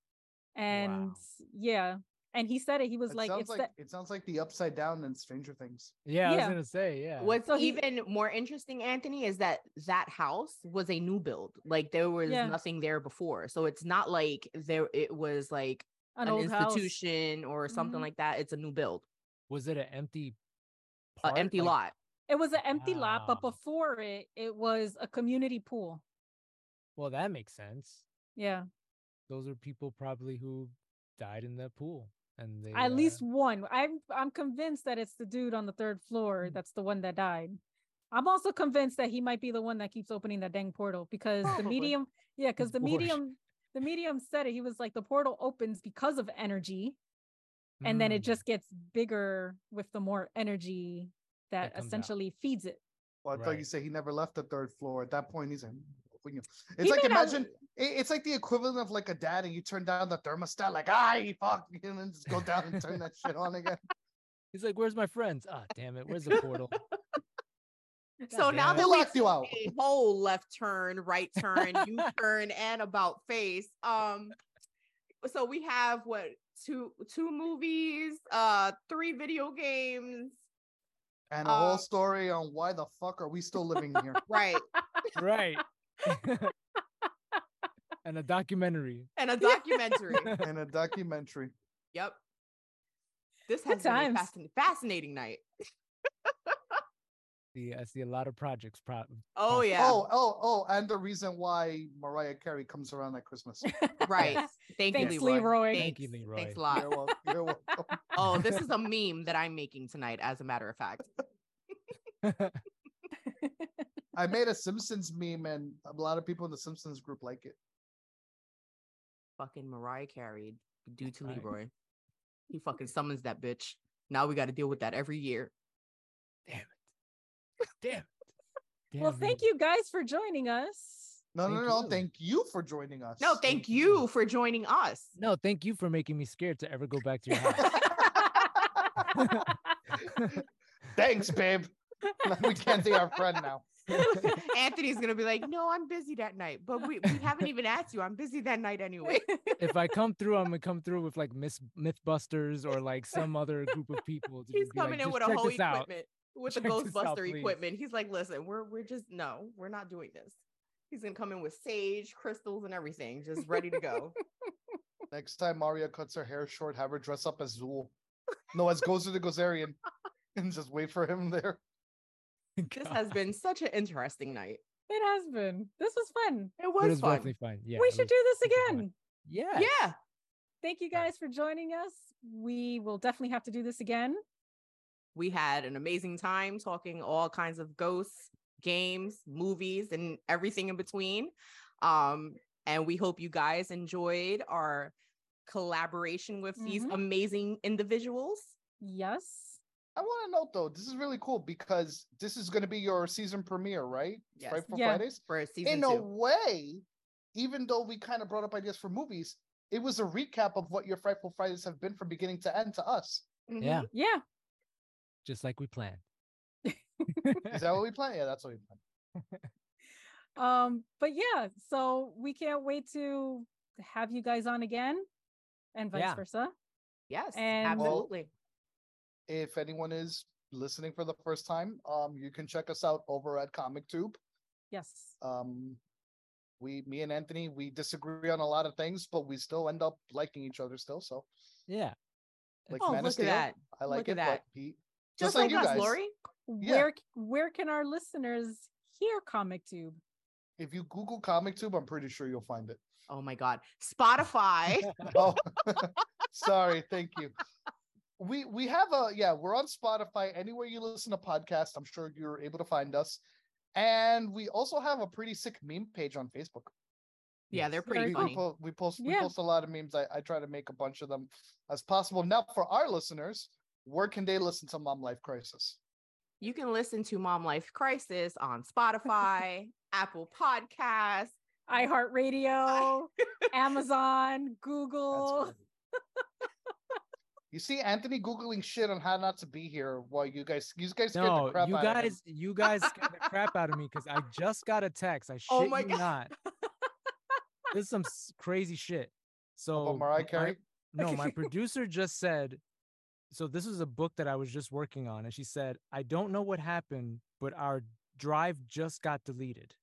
S2: And
S4: Wow.
S2: yeah. And he said it. He was
S3: It
S2: like,
S3: sounds
S2: it's
S3: like
S2: that
S3: it sounds like the upside down in Stranger Things.
S4: Yeah, I was
S2: Yeah.
S4: gonna say, yeah.
S1: What's
S2: So he-
S1: even more interesting, Anthony, is that that house was a new build. Like there was
S2: Yeah.
S1: nothing there before, so it's not like there it was like
S2: an,
S1: an,
S2: old house.
S1: institution or something
S2: Mhm.
S1: like that. It's a new build,
S4: was it an empty
S1: an
S4: part?
S1: empty
S4: Like,
S1: lot.
S2: It was an empty lot,
S1: Ah.
S2: but
S4: Wow.
S2: before it, it was a community pool.
S4: Well, that makes sense.
S2: Yeah.
S4: Those are people probably who died in that pool. And they
S2: At
S4: uh,
S2: least one. I'm I'm convinced that it's the dude on the third
S1: Mm.
S2: floor that's the one that died. I'm also convinced that he might be the one that keeps opening that dang portal because the
S1: Probably.
S2: medium, yeah, because the
S4: Lord.
S2: medium, the medium said it. He was like, the portal opens because of energy, and then it
S4: Mm,
S2: just gets bigger with the more energy that,
S4: That comes out.
S2: essentially feeds it.
S3: Well, I thought you
S4: Right.
S3: said he never left the third floor. At that point, he's in. when you- It's
S2: He
S3: like
S2: may not-
S3: imagine it- it's like the equivalent of like a dad and you turn down the thermostat, like ah, fuck, you know, and just go down and turn that shit on again.
S4: he's like, Where's my friends? Ah, damn it, where's the portal?
S1: So now
S4: damn it.
S1: that
S3: They
S1: we
S3: locked you out.
S1: a whole left turn, right turn, U turn, and about face. Um, so we have what two two movies, uh, three video games,
S3: And a whole
S1: Um,
S3: story on why the fuck are we still living here?
S1: right,
S4: right. and a documentary.
S1: and a documentary.
S3: In a documentary.
S1: yep. This
S2: Good
S1: has been
S2: times.
S1: a fascin- fascinating night.
S4: See, I see a lot of projects. Pro-
S1: Oh
S4: Yes.
S1: yeah.
S3: Oh, oh, oh, and the reason why Mariah Carey comes around at Christmas.
S1: Right.
S2: Yes.
S1: Thank
S2: Thanks,
S1: you, Leroy.
S2: Leroy.
S1: Thanks.
S4: Thank you, Leroy.
S1: Thanks a lot.
S3: You're wel- you're welcome.
S1: oh, this is a meme that I'm making tonight, as a matter of fact.
S3: I made a Simpsons meme, and a lot of people in the Simpsons group like it.
S1: fucking Mariah Carey due to
S4: Right.
S1: Leroy. He fucking summons that bitch. Now we got to deal with that every year.
S4: Damn it. Damn it.
S2: well,
S4: Damn
S2: thank
S4: it.
S2: you guys for joining us.
S3: No, no,
S4: Thank
S3: no,
S4: you.
S3: no. Thank you for joining us.
S1: No, thank you for joining us.
S4: No, thank you for making me scared to ever go back to your house.
S3: Thanks, babe. we can't be our friend now.
S1: Anthony's gonna be like, "No, I'm busy that night," but we, we haven't even asked you. I'm busy that night anyway.
S4: if I come through, I'm gonna come through with like Miss Mythbusters or like some other group of people. To
S1: He's
S4: just be like,
S1: coming in
S4: "Just
S1: with a
S4: check
S1: whole
S4: this out."
S1: equipment, with the
S4: Check this out,
S1: Ghostbuster
S4: please.
S1: equipment. He's like, "Listen, we're we're just no, we're not doing this." He's gonna come in with sage, crystals, and everything, just ready to go.
S3: Next time Maria cuts her hair short, have her dress up as Zool. No, as Gozer the Gozerian, and just wait for him there.
S1: this has been such an interesting night.
S2: It has been. This was fun.
S1: It
S4: It
S1: was,
S4: was
S1: fun.
S4: definitely fun. Yeah,
S2: we
S4: it
S2: should
S4: was-
S2: do this
S4: super fun.
S2: again.
S4: Yeah.
S1: Yeah.
S2: Thank you
S4: Right.
S2: guys for joining us. We will definitely have to do this again.
S1: We had an amazing time talking all kinds of ghosts, games, movies, and everything in between. Um, and we hope you guys enjoyed our collaboration with these
S2: Mhm.
S1: amazing individuals.
S2: Yes.
S3: I want to note though, this is really cool because this is going to be your season premiere, right?
S1: Yes.
S3: Right for
S2: Yeah.
S3: Fridays.
S1: For season
S3: In
S1: two.
S3: a way, even though we kind of brought up ideas for movies, it was a recap of what your Frightful Fridays have been from beginning to end to us.
S1: Mhm.
S4: Yeah.
S2: Yeah.
S4: Just like we planned.
S3: Is that what we plan? Yeah, that's what we plan.
S2: Um, but yeah, so we can't wait to have you guys on again and vice
S4: Yeah.
S2: versa.
S1: Yes.
S2: And-
S1: absolutely.
S3: If anyone is listening for the first time, um, you can check us out over at Comic Tube.
S2: Yes.
S3: um we me and anthony we disagree on a lot of things but we still end up liking each other still so
S4: yeah.
S3: like
S1: oh,
S3: Man of
S1: look at
S3: Steel,
S1: that.
S3: i like
S1: Look
S3: it
S1: at that.
S3: but he
S1: Just, like, us, Lori.
S3: Yeah.
S2: Where c- where can our listeners hear Comic Tube?
S3: if you google comic tube i'm pretty sure you'll find it
S1: Oh my God. Spotify.
S3: oh sorry thank you we we have a yeah we're on spotify anywhere you listen to podcasts i'm sure you're able to find us and we also have a pretty sick meme page on facebook
S1: yeah, they're
S4: Yes.
S1: pretty
S2: Very
S3: we,
S2: cool.
S1: funny.
S3: We, po- we post we
S2: Yeah.
S3: post a lot of memes. I, I try to make a bunch of them as possible. Now for our listeners, where can they listen to Mom Life Crisis?
S1: You can listen to Mom Life Crisis on Spotify, Apple Podcasts.
S2: iHeartRadio, Amazon,
S3: That's
S1: Oh.
S2: Google.
S3: funny. you see Anthony googling shit on how not to be here while you guys you guys scared
S4: No,
S3: the crap
S4: you
S3: out of him.
S4: guys, you guys scared the crap out of me because I just got a text. I shit
S1: Oh my
S4: you
S1: God.
S4: not. This is some s- crazy shit. So
S3: About Mariah
S4: Oh, my-
S3: Carey.
S4: no, my producer just said. So this was a book that I was just working on, and she said, "I don't know what happened, but our drive just got deleted."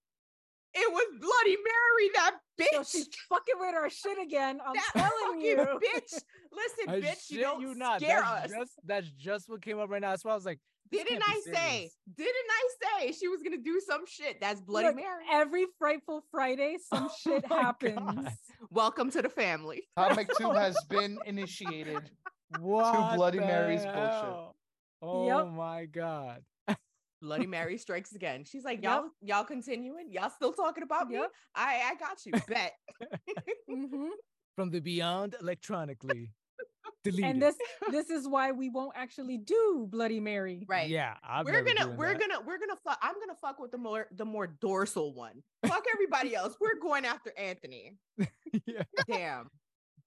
S1: It was Bloody Mary, that bitch.
S2: Yo, she's fucking with our shit again. I'm
S1: that
S2: telling
S1: fucking
S2: you.
S1: bitch. Listen,
S4: I
S1: bitch, you
S4: shit
S1: don't scare
S4: that's
S1: us.
S4: Just, that's just what came up right now. That's why I was like, this
S1: Didn't I
S4: can't be
S1: say?
S4: serious.
S1: Didn't I say she was gonna do some shit? That's Bloody
S2: Look,
S1: Mary.
S2: Every Frightful Friday, some
S4: Oh
S2: shit
S4: my God.
S2: happens.
S1: Welcome to the family.
S3: Comic Tube has been initiated.
S4: "What
S3: Bloody
S4: the
S3: Marys bullshit."
S4: hell? Oh
S2: Yep.
S4: my god!
S1: Bloody Mary strikes again. She's like,
S2: Yep.
S1: y'all, y'all continuing? Y'all still talking about me?
S2: Yep.
S1: I, I got you. Bet.
S2: Mhm.
S4: From the beyond, electronically deleted.
S2: And this this is why we won't actually do Bloody Mary.
S1: right.
S4: Yeah, I'm
S1: we're
S4: never
S1: gonna,
S4: doing
S1: we're
S4: that.
S1: gonna, we're gonna fuck. I'm gonna fuck with the more, the more dorsal one. Fuck everybody else. We're going after Anthony.
S4: yeah,
S1: Damn.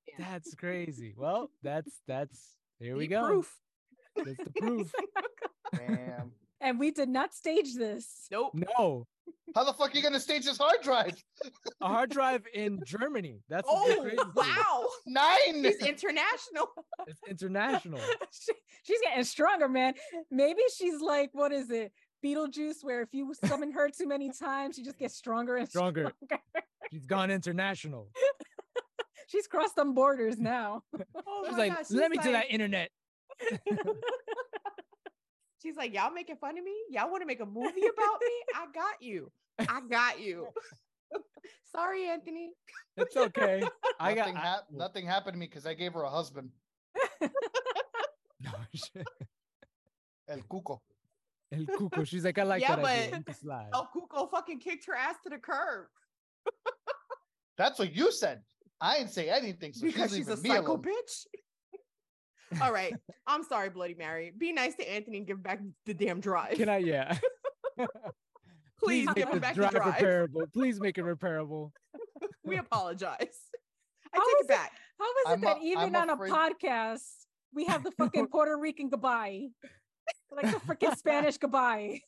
S1: Yeah.
S4: that's crazy. Well, that's that's here we
S1: Deep
S4: go.
S1: Proof.
S4: That's the proof.
S3: Damn.
S2: And we did not stage this.
S1: Nope.
S4: no,
S3: How the fuck are you gonna stage this hard drive?
S4: a hard drive in Germany. That's what's the
S1: Oh
S4: crazy thing.
S1: wow.
S3: Nine.
S1: She's international.
S4: It's international.
S2: She- she's getting stronger, man. Maybe she's like, what is it? Beetlejuice, where if you summon her too many times, she just gets stronger and
S4: Stronger.
S2: stronger.
S4: She's gone international.
S2: She's crossed some borders now.
S1: Oh
S4: She's
S1: my
S4: like,
S1: God, she's
S4: let me to
S1: like-
S4: that internet.
S1: She's like, y'all making fun of me? Y'all want to make a movie about me? I got you. I got you. Sorry, Anthony.
S4: It's okay. I got
S3: nothing,
S4: I-
S3: hap- nothing happened to me because I gave her a husband,
S4: No, shit.
S3: El Cuco.
S4: El Cuco. She's like, I like
S1: Yeah,
S4: that idea.
S1: but- Oh
S4: You can slide.
S1: El Cuco fucking kicked her ass to the curb
S3: That's what you said. I didn't say anything. So
S1: because
S3: she's,
S1: she's a
S3: leaving me
S1: psycho
S3: alone.
S1: bitch. All right. I'm sorry, Bloody Mary. Be nice to Anthony and give back the damn drive.
S4: Can I? Yeah.
S1: Please
S4: make
S1: give
S4: the
S1: him back the drive.
S4: repairable. Please make it repairable.
S1: We apologize. I
S2: How
S1: take
S2: is
S1: it
S2: it-
S1: back.
S2: How is it
S3: I'm a-
S2: that even on
S3: I'm afraid-
S2: a podcast we have the fucking Puerto Rican goodbye, like the freaking Spanish goodbye?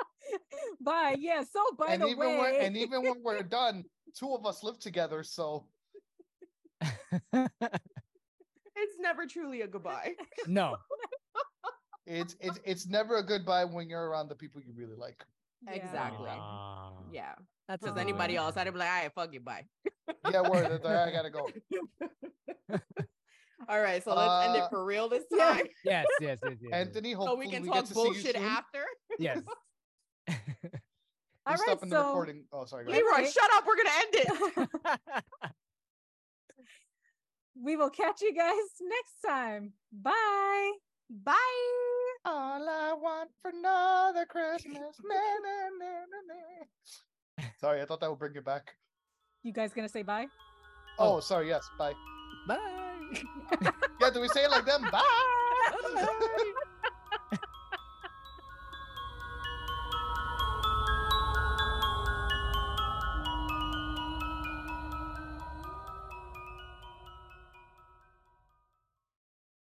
S2: bye. Yeah. So by
S3: And
S2: the
S3: even
S2: way,
S3: when and even when we're done, two of us live together. So
S1: It's never truly a goodbye.
S4: no.
S3: it's it's it's never a goodbye when you're around the people you really like.
S2: Yeah.
S1: Exactly.
S4: Ah.
S1: Yeah.
S2: That's
S1: Because
S4: a good
S1: anybody
S4: one.
S1: else, I'd be like, all right, fuck you, bye.
S3: Yeah, word. it's like, I gotta go.
S1: All right. So let's end
S3: Uh,
S1: it for real this
S2: yeah.
S1: time.
S4: Yes, yes, yes, yes. yes.
S3: Anthony,
S1: So
S3: hopefully
S1: we can
S3: get
S1: talk
S3: to see you
S1: bullshit
S3: soon.
S1: after.
S4: Yes.
S2: All
S3: We're
S2: right,
S3: stopping the
S2: so-
S3: recording. Oh, sorry. go ahead.
S1: Leroy,
S2: Okay.
S1: shut up. We're gonna end it.
S2: we will catch you guys next time. Bye. Bye.
S3: All I want for another Christmas. na, na, na, na, na. Sorry, I thought that would bring you back.
S2: You guys gonna say bye?
S3: Oh, sorry. Yes. Bye.
S4: Bye.
S3: Yeah. Do we say it like them? Bye.
S4: Bye.